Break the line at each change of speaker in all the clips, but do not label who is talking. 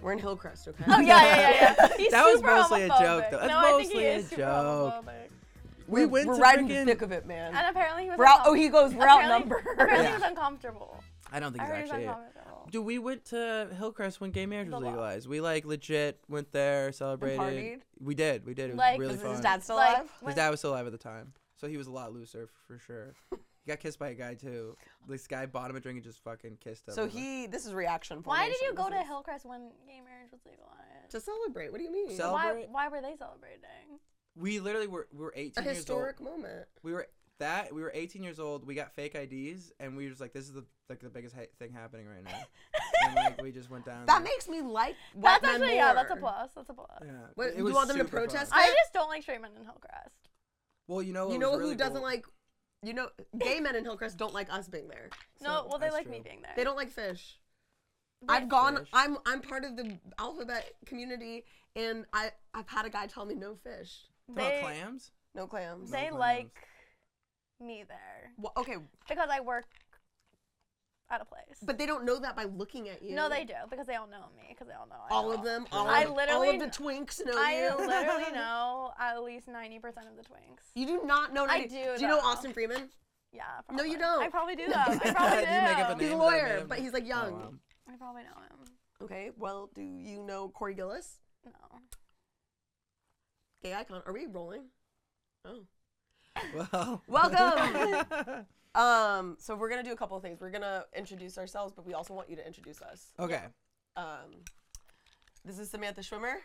We're in Hillcrest, okay?
Oh yeah, yeah, yeah. yeah. He's
That was
super
mostly a joke,
homophobic.
though. That's
no, I think he
mostly a
is super
joke.
homophobic.
we went
We're
to
right in the
freaking.
thick of it, man.
And apparently he was.
We're out, oh,
uncom-
he goes, we're
apparently-
outnumbered.
Apparently
Yeah.
he was uncomfortable.
I don't think
I
it's
heard he was
actually it.
uncomfortable.
Dude, we went to Hillcrest when gay marriage
The
was
law.
legalized. We like legit went there, celebrated.
partied?
We did, we did. It was
Like-
really
Is
fun.
his
His
dad-
dad,
still Like, alive? when-
was still alive at the time, so he was a lot looser f- for sure. he got kissed by a guy too. This guy bought him a drink and just fucking kissed him.
So
It was like-
he, this is reaction.
Why did
formation.
you go to
This is-
Hillcrest when gay marriage was legalized?
To celebrate. What do you mean?
Cel-
Why?
Celebrate?
Why were they celebrating?
we literally were we were 18
a
years old.
historic moment.
We were that we were 18 years old. We got fake IDs and we were just like, this is the like the biggest ha- thing happening right now. and like we just went down.
That
there.
makes me like white
That's
men
actually yeah. That's a
more.
plus. That's a plus.
Yeah,
What,
it
you
was
want them to
super fun.
protest?
I
that-
just don't like straight men in Hillcrest.
Well, you know, what
You
was
know
really
who doesn't
cool?
like, you know, gay men in Hillcrest don't like us being there.
no,
So,
well they
that's
like me
true.
being there.
They don't like fish.
But-
I've gone.
Fish.
I'm I'm part of the alphabet community, and I I've had a guy tell me no fish,
Talking about
They-
clams.
no clams.
They
plans.
like me there
Wha- okay,
because I work at a place.
but they don't know that by looking at you.
no, they do because they all know me because they all know I
all
know.
of them. All,
I
of, all
literally
of the
kn-
twinks know
I
you.
literally know at least ninety percent of the twinks.
You do not know.
I
Nadi-
do,
Do you know
though.
Austin Freeman?
Yeah.
No,
Probably.
you
I
don't.
probably do though. I probably do.
You make up a
He's a
Name Oh, that I made
lawyer,
him.
but he's like young.
wow.
I probably know him.
Okay, well, do you know Corey Gillis,
No.
gay icon? Are we rolling? Oh.
Well,
Welcome. um. So we're gonna do a couple of things. We're gonna introduce ourselves, but we also want you to introduce us.
okay.
Um. This is Samantha Schwimmer.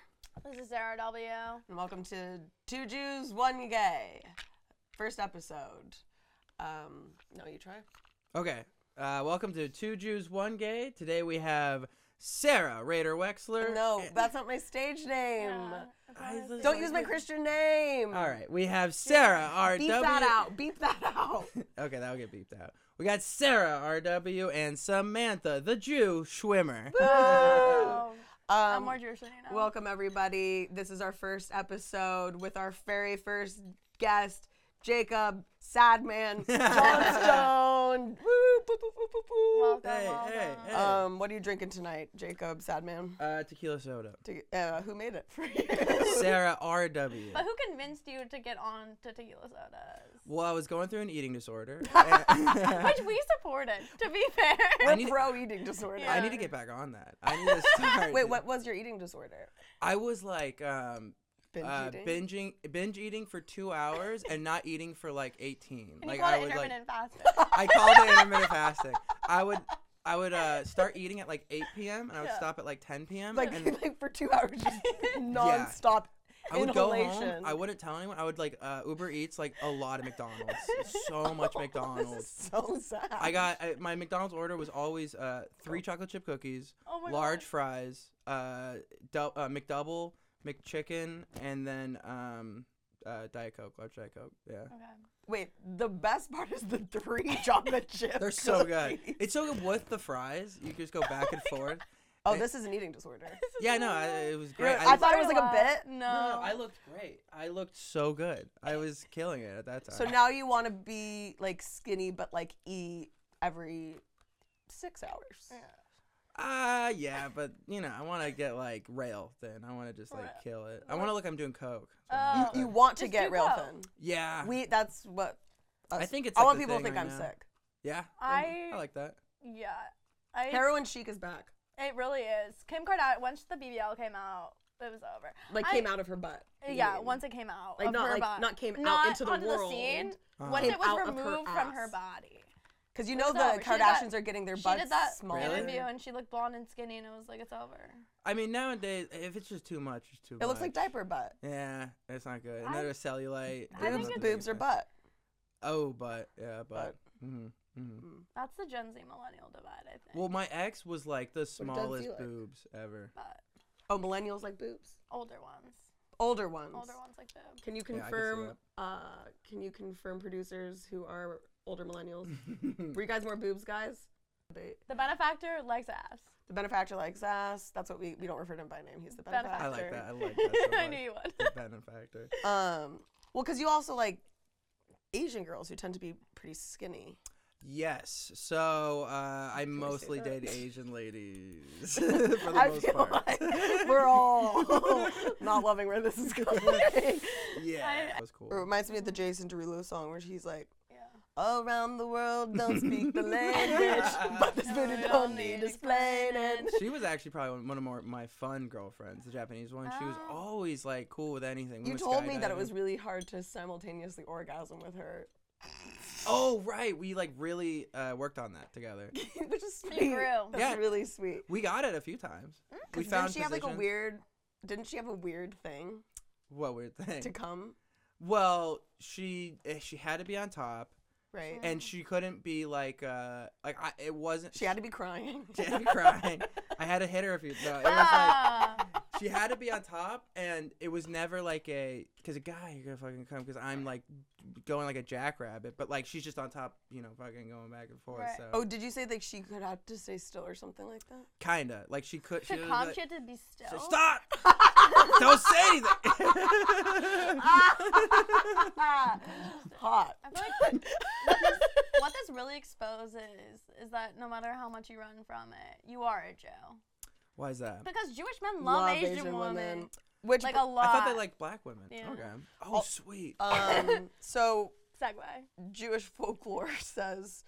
This is Sarah W.
And welcome to Two Jews, One Gay. First episode. Um, no, you try.
Okay. Uh, welcome to Two Jews, One Gay. Today we have Sarah Raider Wexler.
No,
and-
that's not my stage name.
Yeah, that's
I
what I
was-
Don't
said.
use my Christian name.
All right. We have Sarah R.W.
Beep that out. Beep that out.
Okay, that'll get beeped out. We got Sarah R.W. and Samantha the Jew Schwimmer.
Oh, I'm more
Um,
Jewish than you know.
welcome, everybody. This is our first episode with our very first guest, Jacob Sadman Johnstone. Woo, boop, boop, boop, boop, boop.
Welcome,
Hey,
welcome.
hey, hey.
Um, what are you drinking tonight, Jacob Sadman?
Uh, tequila soda.
To- Uh, who made it for you?
Sarah R.W.
But who convinced you to get on to tequila sodas?
Well, I was going through an eating disorder. and-
Which we supported, to be fair.
We're
I need-
pro eating disorder.
I
Yeah.
need to get back on that. I need to start.
Wait, what was your eating disorder?
I was like um,
Binge
uh,
eating.
binging, binge eating for two hours and not eating for like eighteen.
And
like
you called
I
it
would like,
intermittent fasting.
I called it intermittent fasting. I would, I would uh, start eating at like eight p.m. and I would
Yeah.
stop at like ten p.m.
like,
and
like for two hours, just nonstop
I would go
inhalation.
home. I wouldn't tell anyone. I would like uh, Uber Eats like a lot of McDonald's, so much
This is
McDonald's.
so sad.
I got I, my McDonald's order was always uh, three chocolate chip cookies,
Oh my
large
God.
fries, uh, dou- uh, McDouble, McChicken, and then um, uh, Diet Coke, large Diet Coke. Yeah,
Okay.
Wait, the best part is the three chocolate chips.
they're so good. It's so good with the fries. You just go back and forth.
Oh, this is an eating disorder.
Yeah, no, I, it was great.
You're- I
looked-
thought it was like a
Otherwise-
bit.
No.
no, no, I looked great. I looked so good. I was killing it at that time.
so now you want to be like skinny, but like eat every six hours.
Ah, yeah, but you know, I want to get like rail thin. I want to just like
Rail.
kill it. I want to look I'm doing coke. So-
Oh.
You want to
Just
get
do
real
coke.
thin.
yeah,
We that's what.
I
us-
think it's
I
like
want
the
people to
thing
think
right
I'm
now.
sick.
yeah.
I,
I like that.
yeah. I,
Heroin chic is back.
it really is. Kim Kardashian, once the BBL came out, it was over.
Like
I-
came out of her butt. you
Yeah,
mean.
once it came out.
Like,
of
not,
her
like,
body.
not came out into the
onto
world.
scene.
Uh-huh.
Once
Came
it was
out of her
removed from her
ass.
body.
Because you know
It's
the
over. She did that-
Kardashians are getting their
she
butts
did that
smaller.
interview
Really?
and she looked blonde and skinny and it was like it's over.
I mean, nowadays, if it's just too much, it's too much.
It looks like diaper butt.
Yeah, it's not good.
I-
Another cellulite.
I
there's
Boobs,
think
nothing
it's-
boobs
good.
or butt.
Oh, but yeah, but. hmm hmm
That's the Gen Z millennial divide, I think.
Well, my ex was like the
he
smallest
like?
boobs ever.
but
Oh, millennials like boobs.
older ones,
Older ones.
older ones like the
Can you
Yeah, I can see
confirm? uh, can you confirm producers who are older
Mm-hmm.
millennials? Were you guys more boobs guys? The,
the benefactor likes ass.
the benefactor likes ass. That's what we we don't refer to him by name. He's the benefactor.
I like
Sure.
that. I like that. So
I
much.
knew you would.
The benefactor.
Um, well, because you also like Asian girls who tend to be pretty skinny.
Yes. So uh, I mostly
that?
date Asian ladies for the
I
most
feel
part.
like we're all not loving where this is going.
Yeah,
I-
that was
It
cool.
reminds me of the Jason Derulo song where he's like,
Yeah.
"Around the world, don't speak the language, but this
No,
booty
we
don't,
don't
need
need
explaining."
She was actually probably one- one of more, my fun girlfriends, the Japanese one. She was
Oh.
always like cool with anything. We
You
were
told me that it
skydiving.
was really hard to simultaneously orgasm with her,
Oh right, we like really uh, worked on that together.
which is sweet.
You grew.
That's
Yeah.
really sweet.
We got it a few times. We
Mm, 'Cause
found
didn't she have like a
positions-
weird? Didn't she have a weird thing
what weird thing.
to come?
Well, she eh, she had to be on top,
Right.
and she couldn't be like uh like I, it wasn't.
She had to be crying.
she had to be crying. I had to hit her a few. No, it was like.
Ah.
she had to be on top, and it was never like a because a guy you're gonna fucking come because I'm like going like a jackrabbit, but like she's just on top, you know, fucking going back and forth.
Right.
So
Oh, did you say like she could have to stay still or something like that?
kinda like she could. She
to
was
calm,
like,
she had to be still.
"So stop! Don't say anything.
Hot.
I feel like that- what, this, what this really exposes is that no matter how much you run from it, you are a Jew.
Why is that?
Because Jewish men love, Asian, women.
Which
Like a lot.
I thought they liked black women.
Yeah.
Okay. Oh,
Oh,
sweet.
um, so
Segway.
Jewish folklore says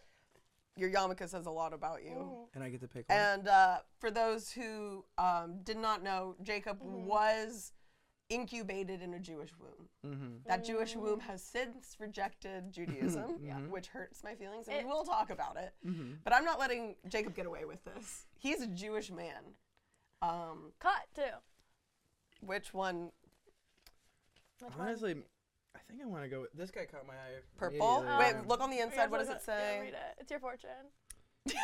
your yarmulke says a lot about you.
and I get to pick one.
And uh, for those who um, did not know, Jacob
Mm-hmm.
was incubated in a Jewish womb.
mm-hmm.
That Jewish
Mm.
womb has since rejected Judaism,
Yeah.
which hurts my feelings, and
It-
we'll talk about it.
Mm-hmm.
But I'm not letting Jacob get away with this. He's a Jewish man. Um,
Cut too.
which one?
Which one?
Honestly, I think I want to go. with This guy caught my eye.
Purple?
immediately.
Wait,
Um,
look on the
Are you
inside.
guys
What does
looking
it
at- yeah,
say?
read it.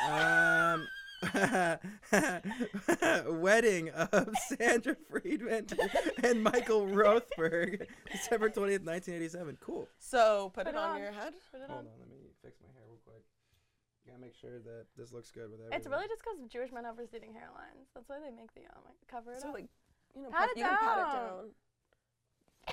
It's your fortune.
Um, wedding of Sandra Friedman and Michael Rothberg, December 20th, 1987. Cool.
So put,
Put
it on,
on.
your head.
Put it
Hold
on.
on, let me fix my hair real quick. Gotta make sure that this looks good with everything.
It's really just because Jewish men have receding hairlines. That's why they make the um, cover it
So
up.
like, you know,
Pat
puff-
it
you can pat it
down.
down.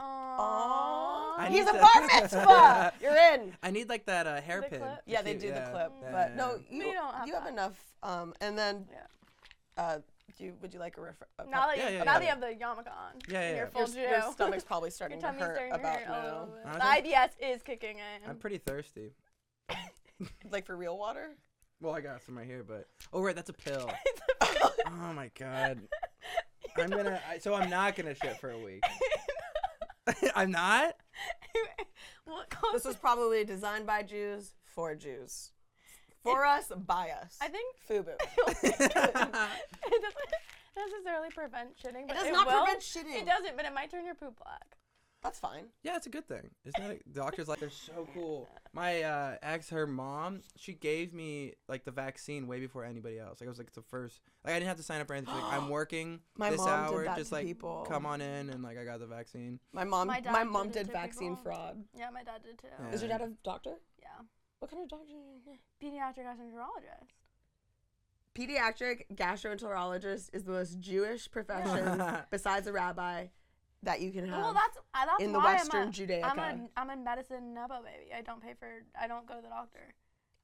Aw.
I
He's
need
a
to-
bar mitzvah. You're in.
I need like that uh, hairpin.
clip?
Yeah, they
too,
do the clip,
yeah,
but no,
yeah.
you
We don't have
you have
that.
enough. Um, and then,
Yeah.
uh, do you, would you like a refer? a
Now
pop-
that you,
Yeah, yeah,
now
yeah.
that you have the yarmulke on,
Yeah, yeah,
and
yeah.
you're
Your
full
your, your
Jew,
stomach's probably
your
starting to
tummy's
hurt
starting to
about
hurt a
now.
little bit.
Honestly-
The IBS is kicking in.
I'm pretty thirsty.
Like for real water?
Well, I got some right here, but oh right, that's a pill. oh my god. I'm gonna. I, so I'm not gonna shit for a week. I'm not.
What
This
causes-
was probably designed by Jews for Jews, for us by us.
I think
FUBU.
it doesn't necessarily prevent shitting,
It
but
does
it
not
will.
prevent shitting.
It doesn't, but it might turn your poop black.
That's fine.
Yeah, it's a good thing. Isn't that a, doctors like they're so cool. My uh, ex, her mom, she gave me like the vaccine way before anybody else. Like I was like the first. Like I didn't have to sign up for anything. Like, I'm working
My
this
mom did
hour.
that
just
to
like
people.
come on in and like I got the vaccine.
My mom,
My
my,
dad
mom
did it
did
to
vaccine
people.
fraud.
Yeah, my dad did too.
Yeah.
Is your dad a doctor?
Yeah.
What kind of doctor? is your dad?
Pediatric gastroenterologist.
Pediatric gastroenterologist is the most Jewish profession besides a rabbi that you can have.
Well, that's uh, that's
in the
why
Western
I'm a, I'm a,
Judaica.
I'm a medicine nubbo baby. I don't pay for. I don't go to the doctor.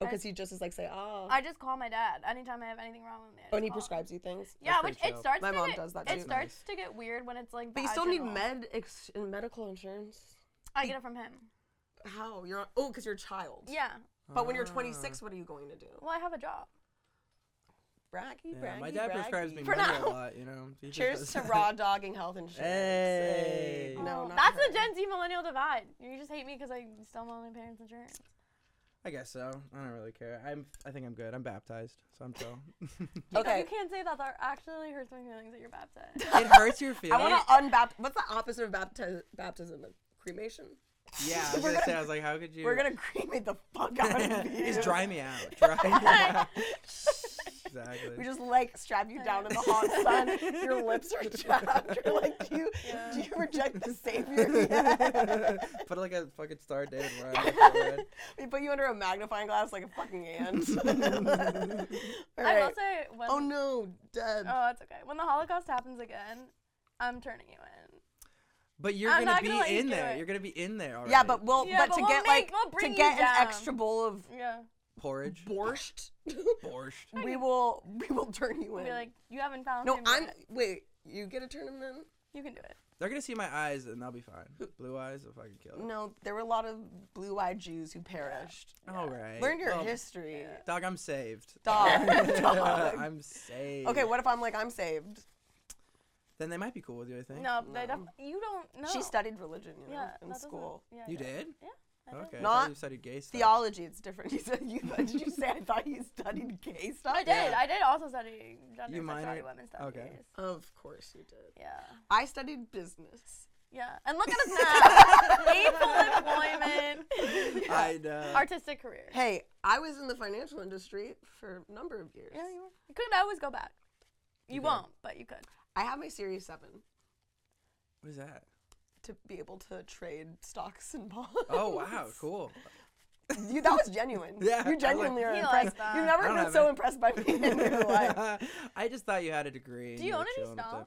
Oh, because he just is like say, oh,
I just call my dad anytime I have anything wrong with me. I
oh, and he
just call him.
prescribes you things.
Yeah,
That's
which
pretty
it
chill.
starts.
My
to
mom
get,
does that
It
too.
starts to get weird when it's like.
But you still need
vaginal.
med ex- and medical insurance.
I get it from him.
How you're on, oh, because you're a child.
Yeah.
But when you're
Ah.
26, what are you going to do?
Well, I have a job.
Braggy, braggy,
Yeah, my dad prescribes me
braggy.
For
money a
now.
lot. You know. He just
Cheers to
does that.
raw dogging health insurance.
Hey.
Like, no,
Oh,
not
that's
her.
the Gen Z millennial divide. You just hate me because I still am on my parents' insurance.
I guess so. I don't really care. I'm. I think I'm good. I'm baptized, so I'm chill.
Okay.
You can't say that. That actually hurts my feelings that you're baptized.
it hurts your
I
feelings.
want to unbaptize. What's the opposite of bapti- baptism? Cremation.
yeah, I was
We're
gonna say.
gonna-
I was like, how could you?
We're gonna cremate the fuck out of you.
just dry me out. Dry me out. exactly.
We just like strap you down in the hot sun. Your lips are chapped. You're like, do you do you reject the savior? yet?
Put like a fucking star David around my forehead.
we put you under a magnifying glass like a fucking ant. All
I will
right.
say when.
Oh no, dead.
Oh, it's okay. When the Holocaust happens again, I'm turning you in.
But you're
I'm
gonna
not
be
gonna let you
in
do
there.
it.
You're gonna be in there. Already.
Yeah, but we'll
Yeah,
but,
but
to
we'll
get
make-
like
we'll
to
bring you
get an
down.
extra bowl of
Yeah.
porridge,
borscht,
borscht.
we will we will turn you
We'll
in.
be like, you haven't found
no,
him
I'm
yet.
wait. You get a tournament?
You can do it.
They're gonna see my eyes, and I'll be fine. Blue eyes, if I can kill it.
No, there were a lot of blue-eyed Jews who perished.
All right.
Learn your
Well,
history,
Dog, I'm saved.
dog. dog.
I'm saved.
Okay, what if I'm like I'm saved?
Then they might be cool with you. I think.
No, they
No.
def- you don't know.
She studied religion, you know,
yeah, that
in
doesn't-
school.
Yeah,
You
yeah.
did?
Yeah. I did.
Okay. I thought
Not
you studied gay stuff.
Theology, it's different. You said you thought, did you say I thought you studied gay stuff?
I did. I did also study gender
You
sexuality,
minored-
women's studies.
okay.
Of course you did.
Yeah.
I studied business.
Yeah. And look at us now. Gainful employment.
I know.
Artistic career.
Hey, I was in the financial industry for a number of years.
Yeah, you were. You could always go back. You,
You could.
won't, but you could.
I have my Series 7
What is that?
to be able to trade stocks and bonds.
Oh wow, cool.
you, that was genuine.
Yeah, I
You
like-
genuinely are
He likes
impressed.
that.
You've
I
never
don't
been
have
so
it.
impressed by me in your life.
I just thought you had a degree. and
Do you
were
own any
chilling up
stock?
there.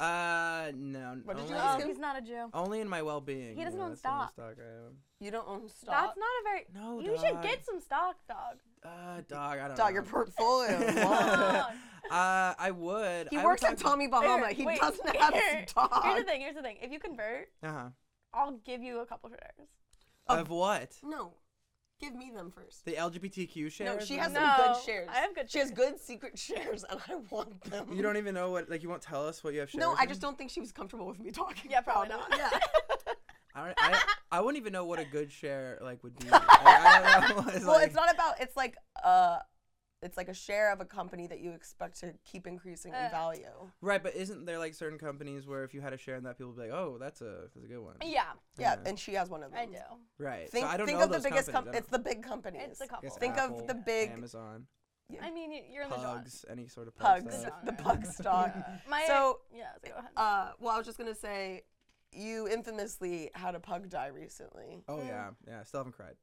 Uh, no. n-
What did you
only,
ask
Oh,
him?
he's not a Jew.
Only in my well-being.
He doesn't
you know,
own
that's the only
stock.
I own.
You don't own stock.
That's not a very.
No,
You should
dog.
get some stock, dog.
Uh, dog, I don't
Dog,
know.
your portfolio.
Come
Wow.
on.
Uh, I would.
he
I
works
would
at
talk-
Tommy Bahama.
Here,
he
wait,
doesn't have
here.
stock.
Here's the thing. Here's the thing. If you convert,
Uh-huh.
I'll give you a couple shares.
Of-
Of what?
No, give me them first.
The LGBTQ shares?
No, she has
No.
Not-
some good shares.
I have good
She has good secret shares, and I want them.
You don't even know what. Like, you won't tell us what you have shares.
No, I
in?
just don't think she was comfortable with me talking.
Yeah, probably
about
not.
it. Yeah.
I, don't, I, I wouldn't even know what a good share like would be. Like, I don't know. It's
well,
like-
it's not about. It's like uh, it's like a share of a company that you expect to keep increasing in
Uh,
value.
right, but isn't there like certain companies where if you had a share in that, people would be like, "Oh, that's a that's a good one."
Yeah,
Yeah,
yeah.
and she has one of them.
I do.
Right.
Think,
so I don't
think
know
of the
those
biggest.
companies. I
it's the big companies.
It's a
don't- I
couple.
guess
think of
Apple,
the big-
Amazon,
I mean, y- you're in the genre.
Pugs, any sort of pug
pugs,
stuff.
stuff.
the pug stock.
Yeah. My,
So,
yeah, so go ahead.
Uh, well, I was just gonna say, you infamously had a pug die recently.
Oh yeah, yeah. Still haven't cried.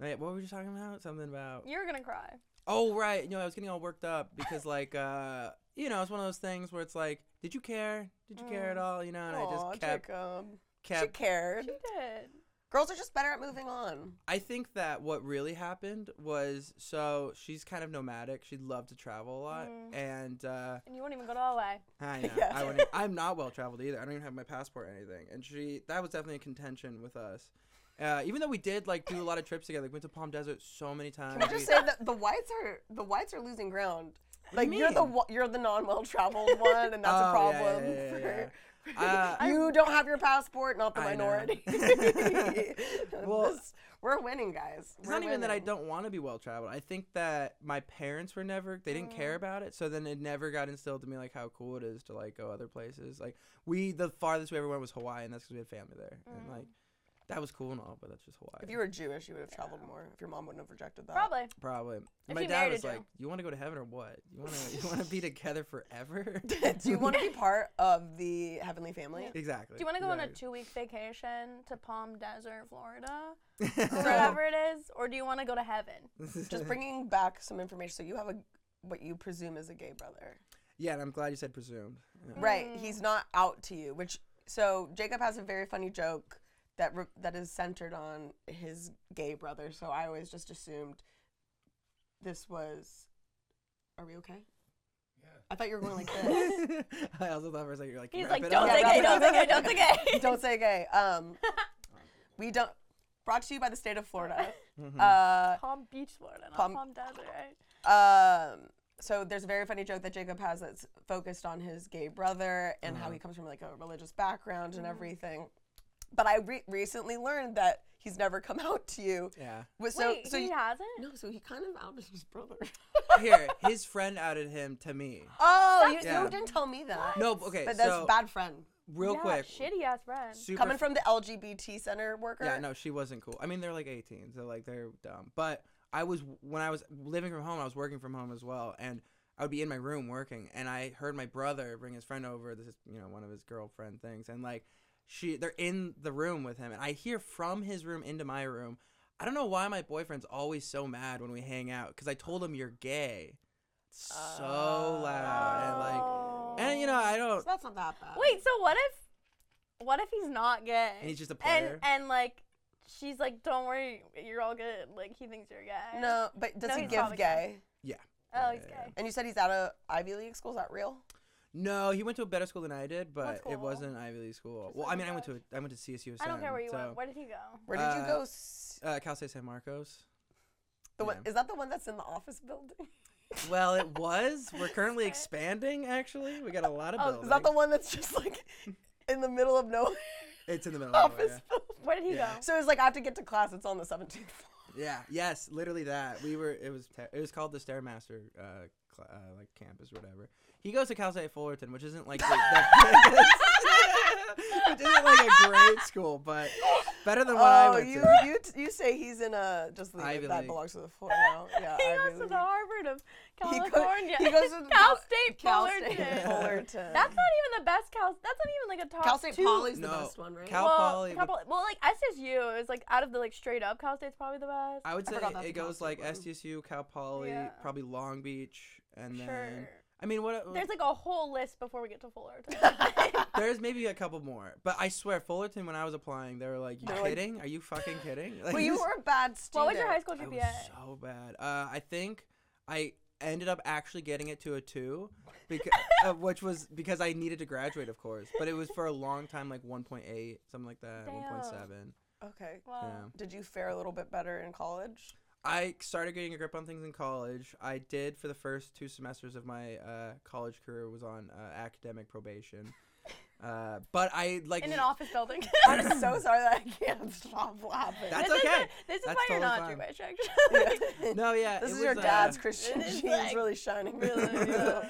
Wait, what were you talking about? Something about.
you're gonna cry.
Oh right, you know I was getting all worked up because like uh you know it's one of those things where it's like, did you care? Did you care at all? You know, and I
Aw,
just kept
Jacob. She
kept.
cared.
You did.
Girls are just better at moving on.
I think that what really happened was so she's kind of nomadic. She loved to travel a lot,
Mm.
and uh,
And you won't even go to LA.
I know
Yeah.
I wouldn't, I'm not well traveled either. I don't even have my passport or anything. And she that was definitely a contention with us. Uh, even though we did like do a lot of trips together, like went to Palm Desert so many times.
Can I just
we-
say that the whites are the whites are losing ground. Like
do you
you are the
mean?
wa- you're the non well traveled one, and that's a
Oh, yeah,
problem.
yeah, yeah, yeah,
for-
yeah. Uh,
you don't have your passport, not the
I know.
minority.
Well-
This- we're winning, guys.
It's
We're
not even that I
winning.
don't want to be well traveled. I think that my parents were never they didn't
Mm.
care about it, so then it never got instilled to me like how cool it is to like go other places. Like we the farthest we ever went was Hawaii, and that's because we had family there,
Mm.
and like that was cool and all, but that's just Hawaii.
If you were Jewish, you would have traveled more. If your mom wouldn't have rejected that.
Probably.
Probably.
If
my
you
dad
married a
was
Jew.
like, "You want to go to heaven or what? You want to you want to be together forever?"
Do you want to be part of the heavenly family?
exactly.
Do you want to go on a
exactly.
two week vacation to Palm Desert, Florida, or wherever it is, or do you want to go to heaven?
Just bringing back some information. So you have a what you presume is a gay brother.
yeah, and I'm glad you said presumed. Yeah.
Right. He's not out to you, which so Jacob has a very funny joke that re- that is centered on his gay brother. So I always just assumed this was Are we okay? Yeah. I thought you were going like this.
I also thought for a second you're like,
He's
"Wrap
like,
it
don't
up."
say
Yeah,
gay,
wrap it
don't say
up.
gay, don't say gay.
don't say gay. Um we don't brought to you by the state of Florida. Uh,
Palm Beach, Florida, not
Palm-
Palm, Desert, right?
Uh um so there's a very funny joke that Jacob has that's focused on his gay brother and
Uh-huh.
how he comes from like a religious background and everything. But I re- recently learned that he's never come out to you.
Yeah.
Wa- So,
Wait,
so
he
you-
hasn't?
No, so he kind of outed his brother.
Here, his friend outed him to me.
oh, you,
Yeah.
you didn't tell me that.
No, okay.
but that's
so,
bad friend.
Real
yeah,
quick.
Shitty ass friend.
Super
Coming from the LGBT center worker.
Yeah, no, she wasn't cool. I mean, they're like 18, so like they're dumb. But I was when I was living from home, I was working from home as well, and I would be in my room working, and I heard my brother bring his friend over. This is you know one of his girlfriend things, and like she, they're in the room with him, and I hear from his room into my room. I don't know why my boyfriend's always so mad when we hang out because I told him you're gay, so loud and like, and you know I don't.
So that's not that bad.
Wait, so Oh. what if what if he's not gay?
And he's just a player.
and and like she's like, don't worry, you're all good. Like he thinks you're gay.
No, but does
No,
he
he's
give
probably
gay?
gay. Oh, he's
Yeah, yeah,
gay.
And you said he's out of Ivy League school. Is that real?
No, he went to a better school than I did, but
cool.
it wasn't Ivy League school.
Just
Well,
like
I mean, I went to
above.
a, I went to CSUSM.
I don't care where you
so,
went. Where did he go?
Where did you
Uh,
go? S-
Uh, Cal State San Marcos.
The one,
yeah.
is that the one that's in the office building?
Well, it was. We're currently
Sorry.
expanding. Actually, we got a lot of
Oh,
buildings.
Is that the one that's just like in the middle of nowhere
It's in the middle of
office
nowhere.
building?
Where did he
Oh, Yeah.
go?
So it's like I have to get to class. It's on the 17th floor.
Yeah. Yes. Literally that. We were. It was. Te- it was called the Stairmaster, uh, cl- uh, like campus or whatever. He goes to Cal State Fullerton, which isn't like the, the biggest- which isn't like a great school, but better than what I
Oh,
went
you,
to.
you t- you say he's in a just leave
Ivy
it, that
League.
belongs to the floor now. Yeah,
he
Ivy
goes to
League.
the Harvard of
He go-
California.
he goes to the
Cal
Cal-
State
Cal
Fullerton.
State Fullerton.
That's not even the best Cal. That's not even like a top
Cal State
two.
Poly's the
No,
best one, right?
Cal-
well,
Poly
Cal
would-
Poly- well, like SSU is like out of the like straight up Cal State's probably the best.
I would
I
say
forgot that's
it
a Cal
goes
State
like
one.
SDSU, Cal Poly,
Yeah.
probably Long Beach, and then
sure.
I mean, what?
There's like a whole list before we get to Fullerton.
There's maybe a couple more, but I swear Fullerton. When I was applying, they were like, "You
They're like-
kidding? Are you fucking kidding?" Like,
well, you
this-
were a bad student.
what was your high school
I
GPA?
was so bad. Uh, I think I ended up actually getting it to a two, because uh, which was because I needed to graduate, of course. But it was for a long time, like 1.8, something like that,
Damn.
1.7.
Okay.
Wow.
Yeah.
Did you fare a little bit better in college?
I started getting a grip on things in college. I did for the first two semesters of my uh, college career was on uh, academic probation. Uh, but I like
In an office building.
I'm so sorry that I can't stop laughing.
That's
this Is,
okay.
this is
That's
why you're
totally
not
fine.
Jewish, actually.
no, yeah.
this
it
is
was,
your
uh,
dad's Christian
it is
genes
like-
really shining.
really, yeah,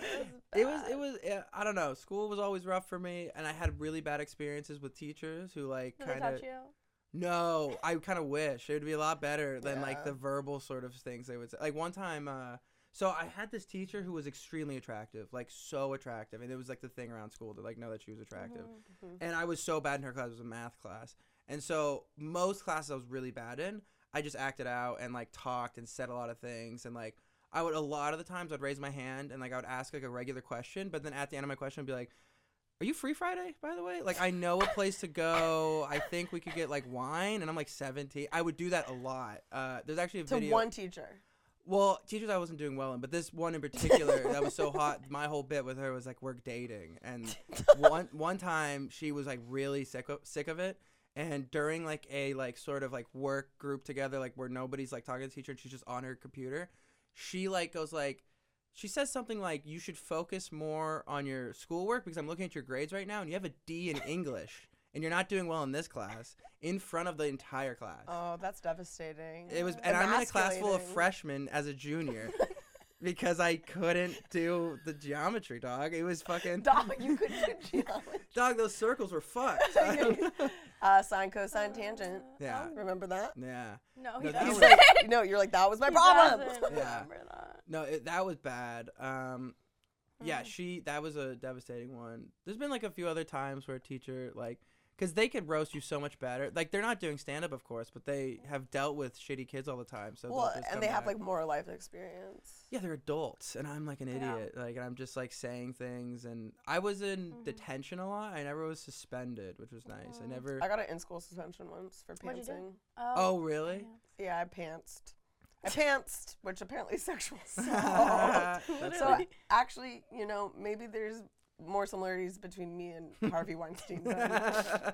It was it
bad.
was uh, I don't know. School was always rough for me, and I had really bad experiences with teachers who like
Did they
kind
touch
of
you?
no. I kind of wish it would be a lot better than
Yeah.
like the verbal sort of things they would say. Like one time, uh, so I had this teacher who was extremely attractive, like so attractive, and it was like the thing around school to like know that she was attractive. And I was so bad in her class. It was a math class, and so most classes I was really bad in. I just acted out and like talked and said a lot of things and like I would a lot of the times I'd raise my hand and like I would ask like a regular question, but then at the end of my question I'd be like, "Are you free Friday? By the way, like I know a place to go. I think we could get like wine." And I'm like 17. I would do that a lot. Uh, there's actually a
to
video.
one teacher.
Well, teachers I wasn't doing well in, but this one in particular that was so hot. My whole bit with her was like we're dating, and one one time she was like really sick of, sick of it. And during like a like sort of like work group together, like where nobody's like talking to the teacher, and she's just on her computer. She like goes like, she says something like, "You should focus more on your schoolwork because I'm looking at your grades right now, and you have a D in English, and you're not doing well in this class in front of the entire class."
Oh, that's devastating.
It was, and I'm in a class full of
Emasculating.
freshmen as a junior because I couldn't do the geometry, dog. It was fucking
Dog, Oh, you could do geometry.
dog. Those circles were fucked. I don't know.
Uh, sine, cosine, tangent.
yeah,
Remember that?
yeah.
No, he
No, Uh, that
doesn't.
You
was-
said, you know, you're like, that was my
He
problem.
doesn't
Yeah.
remember that.
No, it, that was bad. Um, yeah,
Mm.
she. That was a devastating one. There's been like a few other times where a teacher like. Because they could roast you so much better. Like they're not doing stand up, of course, but they have dealt with shitty kids all the time. So they'll
Well,
just come
and they have
back.
like more life experience.
yeah, they're adults, and I'm like an
Yeah.
idiot. Like, and I'm just like saying things, and I was in
Mhm.
detention a lot. I never was suspended, which was nice. I
Mm.
never.
I got an in school suspension once for
What'd you do?
pantsing.
oh, really?
Yeah, I pantsed. I pantsed, which apparently is sexual assault.
That's
Literally.
so
like-
I- actually, you know, maybe there's more similarities between me and Harvey Weinstein than,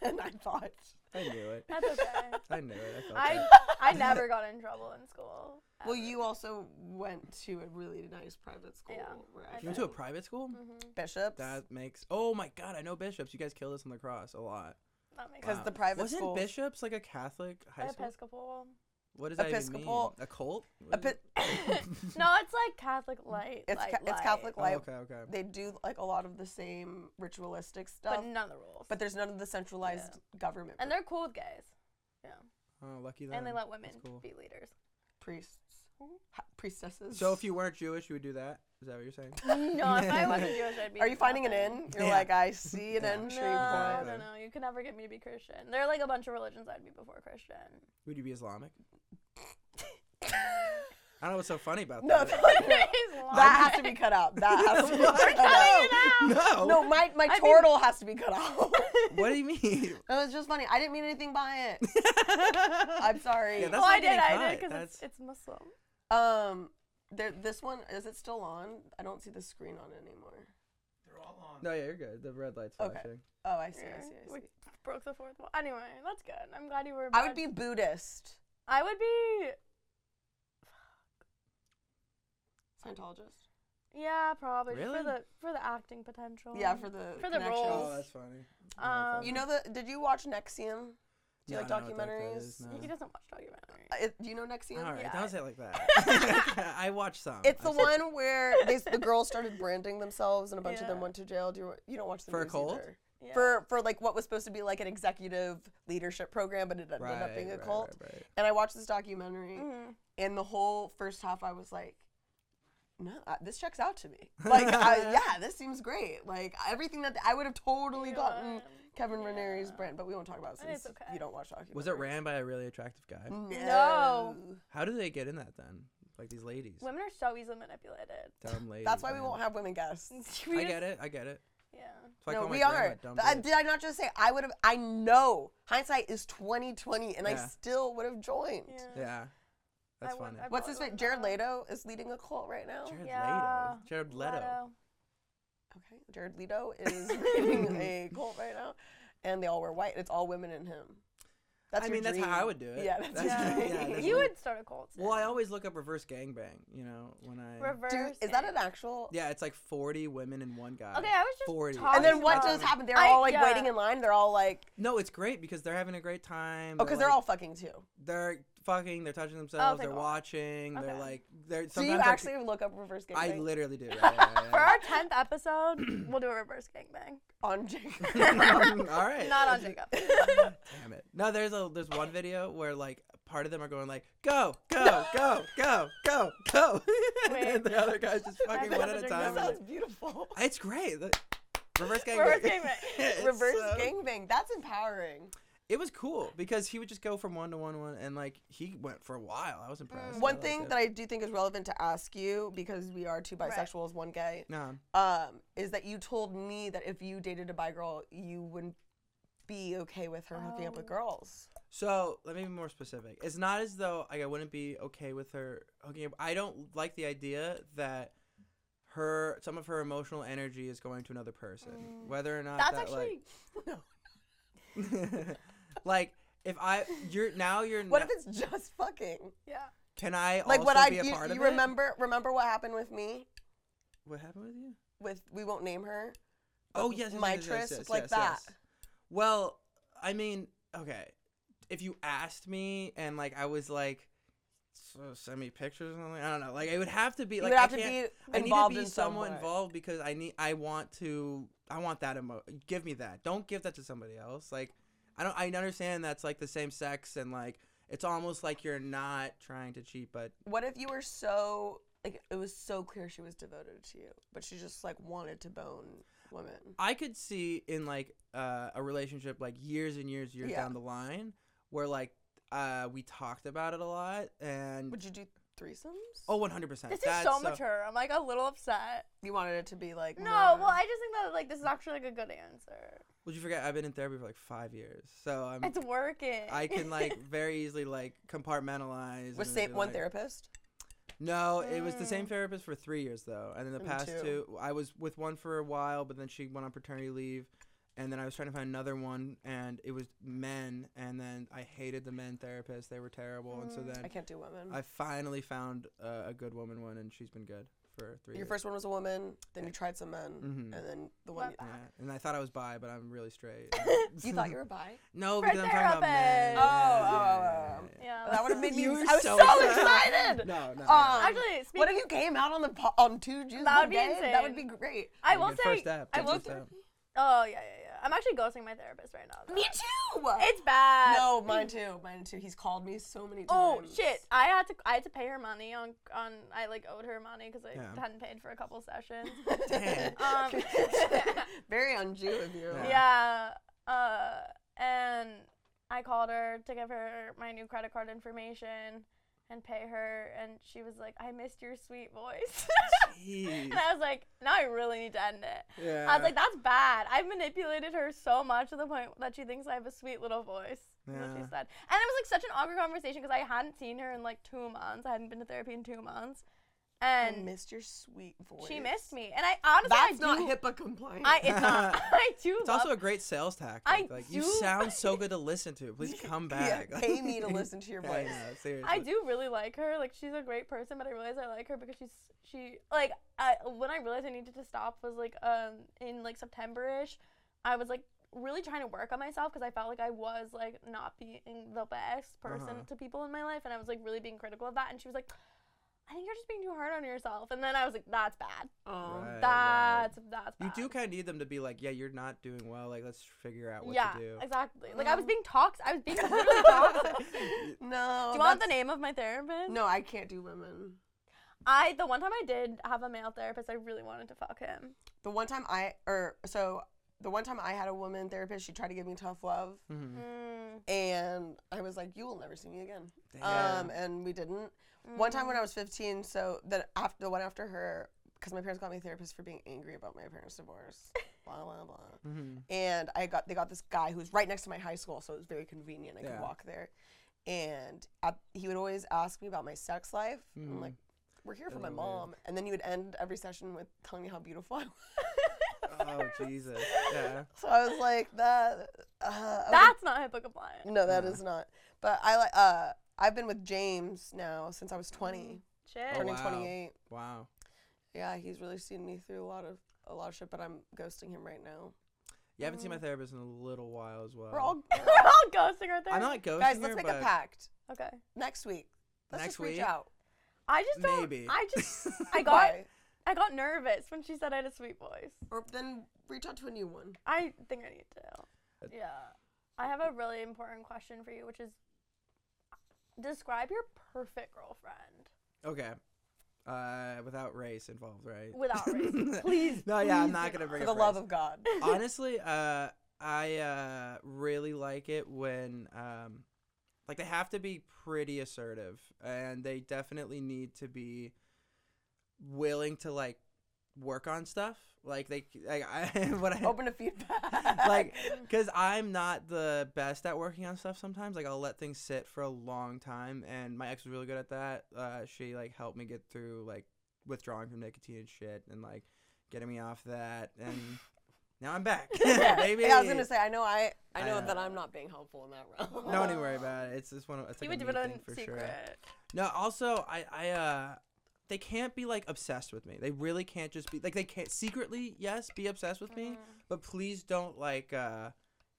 than I thought.
I knew it.
That's okay.
I knew it. I, felt
I
that.
I never got in trouble in school.
Well, you also went to a really nice private school.
Yeah,
where
I
I
You went to a
think-
private school.
Mm-hmm.
Bishops.
That makes. Oh my God! I know bishops. You guys kill this on the cross a lot.
That makes
Because
Wow.
the private
Wasn't
school.
bishops like a Catholic high
sense.
school?
Episcopal.
What does that
Episcopal-
even mean? A cult? What is
Epi-
it?
No, it's like Catholic light.
It's
light,
ca- it's
light,
Catholic
Oh,
light.
okay, okay.
They do like a lot of the same ritualistic stuff,
but
but,
none of the rules.
there's none of the centralized government
and they're cool with gays. Yeah,
Oh, lucky them.
and they let women
cool.
be leaders.
priests,
Mhm.
ha- priestesses.
So if you weren't Jewish, you would do that. Is that what you're saying?
No, if I wasn't Jewish, I'd be.
are you finding an
nothing.
in? You're
Yeah.
like, I see an
Yeah.
entry
No,
point.
no, no. You can never get me to be Christian. There are like a bunch of religions I'd be before Christian.
Would you be Islamic? I don't know what's so funny about
No,
that.
no, no. that
Why?
has to be cut out. That has to be
What? Oh.
cut out.
No,
No, my my
I mean-
chortle has to be cut out.
what do you mean?
It was just funny. I didn't mean anything by it. I'm sorry.
Yeah, that's
oh, I
not
did,
getting
I did,
caught.
because it's,
That's-
it's Muslim.
um, there, this one is it still on? I don't see the screen on anymore.
no, yeah, you're good. The red light's
Okay.
flashing.
Oh, I see. I
Yeah,
see. I
we
see.
broke the fourth wall. Anyway, that's good. I'm glad you were.
I would
bad-
be Buddhist.
I would be.
Scientologist.
Yeah, probably just
Really?
for the for the acting potential.
Yeah, for the
For the
connections.
roles.
Oh, that's funny.
Um,
You know the? Did you watch Nexium? Do you like
Yeah, I know what that guy
documentaries?
is now.
He doesn't watch documentaries.
Uh, it- do you know Nexium?
All right,
Yeah.
don't say it like that. I watched some.
It's the
I've seen-
one where they, the girls started branding themselves and a bunch of them
Yeah.
went to jail. Do you you don't watch the
For a
news
cult?
either.
Yeah.
for for like what was supposed to be like an executive leadership program, but it ended up
Right,
being a
right,
cult.
right, right.
And I watched this documentary,
Mhm.
and the whole first half I was like, no, I, this checks out to me. Like, I, yeah, this seems great. Like everything that I would have totally gotten Kevin Ranieri's brand, but we won't talk about it
And it's
since
okay.
you don't watch documentaries.
Was it ran by a really attractive guy?
Mm. No.
How do they get in that then? Like these ladies,
Women are so easily manipulated.
dumb ladies.
That's why we
man.
won't have women guests.
We
I
just-
get it. I get it.
Yeah.
That's why I
no,
call my
we
grandma
are.
a dumb
Th- I-
bitch.
did I not just say I would have? I know hindsight is twenty twenty, and I
Yeah.
still would have joined.
Yeah.
Yeah, that's
I would-
funny.
I
What's his
probably
name? Jared
would've
Leto is leading a cult right now.
Jared
Yeah.
Leto. Jared
gone.
Leto.
Okay, Jared Leto is leading a cult right now, and they all wear white. It's all women and him. That's
I
your
mean, that's how I
dream.
would do it.
Yeah, that's
That's-
your
Yeah.
dream.
yeah, that's
you
what-
would start a cult.
Well, I
yeah.
always look up reverse gangbang. You know, when I
reverse.
Dude, is that
it.
an actual?
yeah, it's like forty women and one guy.
Okay, I was just
40.
talking.
And then what
about-
does happen? They're
I-
all like
yeah.
waiting in line. They're all like,
No, it's great because they're having a great time.
oh, because they're
like-
all fucking too.
they're fucking, they're touching themselves,
they
they're
are.
watching, they're
Okay.
like they're.
Do you
sometimes they're-
actually look up reverse
I
gangbang
literally do. yeah, yeah,
For
yeah.
our tenth episode, we'll do a reverse gangbang.
on Jacob?
All right.
Not on
that's it.
Jacob.
Damn it. No, there's a there's one video where like part of them are going like go go go go go go, and
Wait.
then the other guys just fucking
haven't
one
had
at
a
a
drink
time.
that
yet.
sounds beautiful.
It's great. The- Reverse gangbang.
Reverse gangbang.
It's
reverse
so-
gangbang. That's empowering.
It was cool because he would just go from one to one to one, and like he went for a while. I was impressed.
One thing that I do think is relevant to ask you because we are two
Right.
bisexuals, one gay,
no,
um, is that you told me that if you dated a bi girl, you wouldn't be okay with her hooking up with
Oh.
girls.
So let me be more specific. It's not as though like I wouldn't be okay with her hooking up. I don't like the idea that her some of her emotional energy is going to another person,
Mm.
whether or not
That's
that,
actually.
like, like if I you're now you're
What
no-
if it's just fucking?
Yeah.
can I
Like
also
what I
be a
you,
part
you
of
remember remember what happened with me
it? What happened with you?
with we won't name her.
Oh yes, yes,
my
yes, yes,
tryst,
yes,
like
yes,
that.
yes. Well, I mean, okay, if you asked me and like I was like, so send me pictures or something. I don't know. Like it would have to be
You
like
would have
I
to
can't-
be
I need to
involved
be
in some
somewhat
way.
involved because I need I want to I want that emo give me that. Don't give that to somebody else. Like I don't I understand that's like the same sex and like it's almost like you're not trying to cheat but
What if you were so like it was so clear she was devoted to you, but she just like wanted to bone women.
I could see in like uh, a relationship like years and years years
Yeah.
down the line where like uh, we talked about it a lot and
Would you do threesomes?
Um, oh 100%.
This is
That's uh,
so mature. I'm like a little upset.
You wanted it to be like
No,
more-
well, I just think that like this is actually like a good answer.
Would you forget I've been in therapy for like 5 years. So I'm
It's working.
Um, I can like very easily like compartmentalize.
with
and
same
be
one
like-
therapist.
No, it was the same
Mm.
therapist for three years though, and then the
Me
past
too.
two, I was with one for a while, but then she went on paternity leave, and then I was trying to find another one, and it was men, and then I hated the men therapists; they were terrible, and so
Mm.
I
then
can't do women.
I, finally found uh, a good woman one, and she's been good for three.
Your
years.
first one was a woman, then you tried some men,
Mhm.
and then the one
yeah, and I thought I was bi, but I'm really straight.
you thought you were bi.
no,
For
because I'm talking about men.
therapist.
Oh, oh, oh, oh.
yeah.
That would have made me.
You were
I was so,
so
excited.
No, no.
Um,
Actually,
What
speaking.
if you came out on the po- on two Jews?
That
one
would be
day? That would be
insane.
great.
I will
Good
say.
first step,
I
good
will.
first step.
Oh yeah, yeah, yeah. I'm actually ghosting my therapist right now.
Me
though.
too.
It's bad.
no, mine too. Mine too. He's called me so many times.
Oh shit! I had to I had to pay her money on on I like owed her money because I
Yeah.
hadn't paid for a couple sessions.
Damn.
Um,
Very un-Jew of you.
Yeah.
yeah. Uh, and I called her to give her my new credit card information, and pay her. And she was like, I missed your sweet voice.
Jeez.
and I was like, now I really need to end it.
Yeah.
I was like, that's bad. I manipulated her so much to the point that she thinks I have a sweet little voice. is what she
Yeah.
said. And it was like such an awkward conversation because I hadn't seen her in like two months. I hadn't been to therapy in two months.
I
And
missed your sweet voice.
she missed me. And I honestly, I
That's
do,
not HIPAA compliant.
I, it's not. I do
it's
love
also a great sales tactic.
I
like you
do-
sound so good to listen to. Please come
yeah,
back.
pay me to listen to your
Yeah, I
voice.
know, seriously.
I do really like her. Like she's a great person, but I realized I like her because she's she like I when I realized I needed to stop was like um in like September-ish. I was like really trying to work on myself because I felt like I was like not being the best person
Uh-huh.
to people in my life and I was like really being critical of that and she was like I think you're just being too hard on yourself and then I was like that's bad.
Um,
Right, right.
That's that's
You
bad.
do kind of need them to be like, yeah, you're not doing well. Like, let's figure out what
yeah,
to do. Um,
exactly. Like I was
Mm.
being toxic. I was being literally toxic. Do
No.
Oh,
you want the
that's-
name of my therapist?
No, I can't do women.
I the one time I did have a male therapist, I really wanted to fuck him.
The one time I or so the one time I had a woman therapist, she tried to give me tough love,
Mhm.
Mm.
and I was like, "You will never see me again."
Damn.
Um, and we didn't. One time when I was 15, so that after the one after her, because my parents got me a therapist for being angry about my parents' divorce, blah blah blah.
Mhm.
And I got they got this guy who was right next to my high school, so it was very convenient. I
Yeah.
could walk there, and at, he would always ask me about my sex life. I'm
Mm.
like, "We're here for
That's
my
weird.
mom," and then he would end every session with telling me how beautiful I was.
Oh Jesus. Yeah.
So I was like, "That." Uh, I was like,
That's not HIPAA compliant.
No, that
Yeah.
is not. But I like. Uh, I've been with James now since I was
Mm.
20,
Shit.
turning
Oh, wow.
28.
Wow.
Yeah, he's really seen me through a lot of a lot of shit. But I'm ghosting him right now.
You haven't seen my therapist in a little while as well.
Mm. We're all
We're all ghosting right there.
I'm not ghosting
guys. Let's
her,
make a
but
pact
okay.
next week. Let's
Next
just reach
week?
out.
I just don't.
Maybe.
I just. I got.
Why?
I got nervous when she said I had a sweet voice.
Or then reach out to a new one.
I think I need to. Yeah. I have a really important question for you, which is, describe your perfect girlfriend.
Okay. Uh, without race involved, right?
Without race. Please,
no, yeah, I'm
please
not
do
gonna
not.
bring
For
up
the
race.
love of God.
honestly uh i uh really like it when um like they have to be pretty assertive and they definitely need to be willing to like work on stuff like they like i what i
Open to feedback.
like because i'm not the best at working on stuff sometimes like i'll let things sit for a long time and my ex was really good at that uh, she like helped me get through like withdrawing from nicotine and shit and like getting me off that and now i'm back baby
Yeah, I was gonna say. I know. I I
I
know
know.
that I'm not being helpful in that realm.
no, don't even worry about it. It's just one of it's
You
like
would
a
do it
me
on
thing for
secret.
sure. No, also I I uh they can't be like obsessed with me. They really can't just be like they can't secretly, yes, be obsessed with me,
Mm-hmm.
but please don't like uh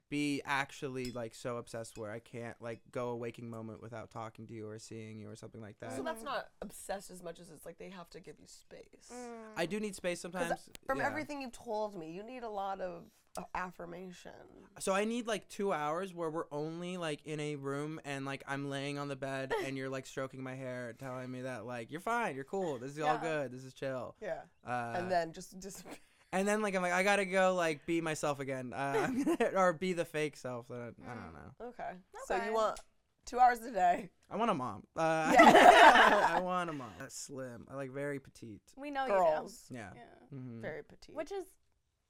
be actually like so obsessed where I can't like go a waking moment without talking to you or seeing you or something like that.
So that's not obsessed as much as it's like they have to give you space.
I do need space sometimes.
Mm, From
yeah.
everything you've told me, you need a lot of uh, affirmation.
So I need like two hours where we're only like in a room and like I'm laying on the bed and you're like stroking my hair, telling me that like you're fine, you're cool, this is all
Yeah.
good, this is chill.
Yeah.
Uh,
and then just disappear.
and then like I'm like I gotta go like be myself again, uh, I'm gonna- or be the fake self. That I, I
Mm.
don't know.
Okay. So
Okay.
you want two hours a day?
I want a mom. Uh,
Yeah.
I want a mom. That's slim. I like very petite.
We know
Girls.
Yeah.
you. do. Yeah.
hmm
Oh, Very petite.
Which is,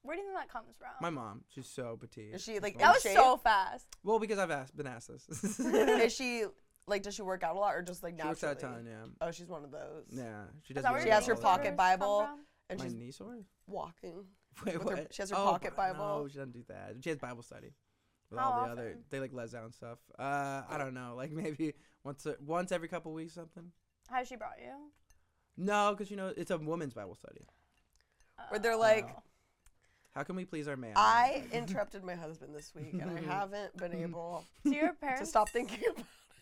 where do you think that comes from?
My mom, she's so petite.
is she like
that
in
was
shape?
so fast.
well, because I've asked, been asked this.
is she like does she work out a lot or just like
she
naturally?
works out a ton. Yeah.
Oh, she's one of those.
Yeah. She
Is
does.
that where
She
your
has her
knee
yoga all the
pocket
sores
time.
come
Bible.
from?
And
My
she's
knee sore.
walking.
Wait,
with her-
what?
she has her
Oh,
pocket
Bi-
Bible.
No, she doesn't do that. She has Bible study with
How
all the other.
often?
They like les down stuff. Uh, I don't know, like maybe once a, once every couple weeks something.
Has she brought you?
No, because you know it's a woman's Bible study.
Where they're like,
Oh.
How can we please our man?
I interrupted my husband this week and I
Mm-hmm.
haven't been able
do your
to
parents?
stop thinking about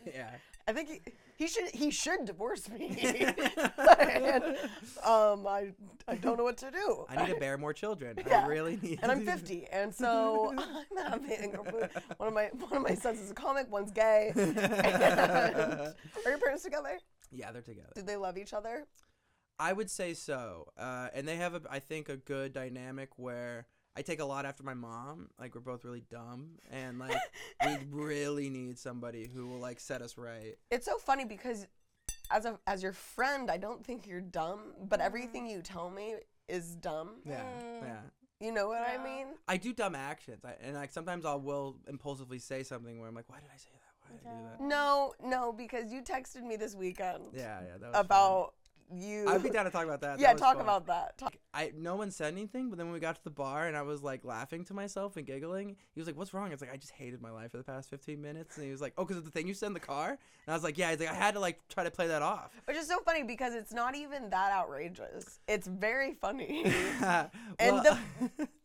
it.
yeah.
I think he, he should he should divorce me. And,
I
um, I I don't know what to do.
need to bear more children. I
Yeah.
really need.
and I'm
to-
50, and so I'm having a really- one of my one of my sons is a comic, one's gay. And- are your parents together?
yeah, they're together.
Did they love each other?
I would say so. Uh, and they have, a, I think, a good dynamic where I take a lot after my mom. Like we're both really dumb, and like we really need somebody who will like set us right.
It's so funny because as a as your friend, I don't think you're dumb, but
Mhm.
everything you tell me is dumb.
Yeah,
Mm.
yeah.
You know what I
Yeah.
mean?
I do dumb actions, I, and like sometimes I will impulsively say something where I'm like, "Why did I say that? Why did I do that?"
Yeah.
No, no, because you texted me this weekend
Yeah, yeah. That was fun.
about you.
I'd be down to talk about that.
yeah,
That was
talk
fun.
about that. Talk-
I no one said anything, but then when we got to the bar and I was like laughing to myself and giggling, he was like, "What's wrong?" I was like, "I just hated my life for the past 15 minutes," and he was like, "Oh, because of the thing you said in the car?" And I was like, "Yeah." He's like, "I had to like try to play that off."
Which is so funny because it's not even that outrageous. It's very funny.
Well,
the-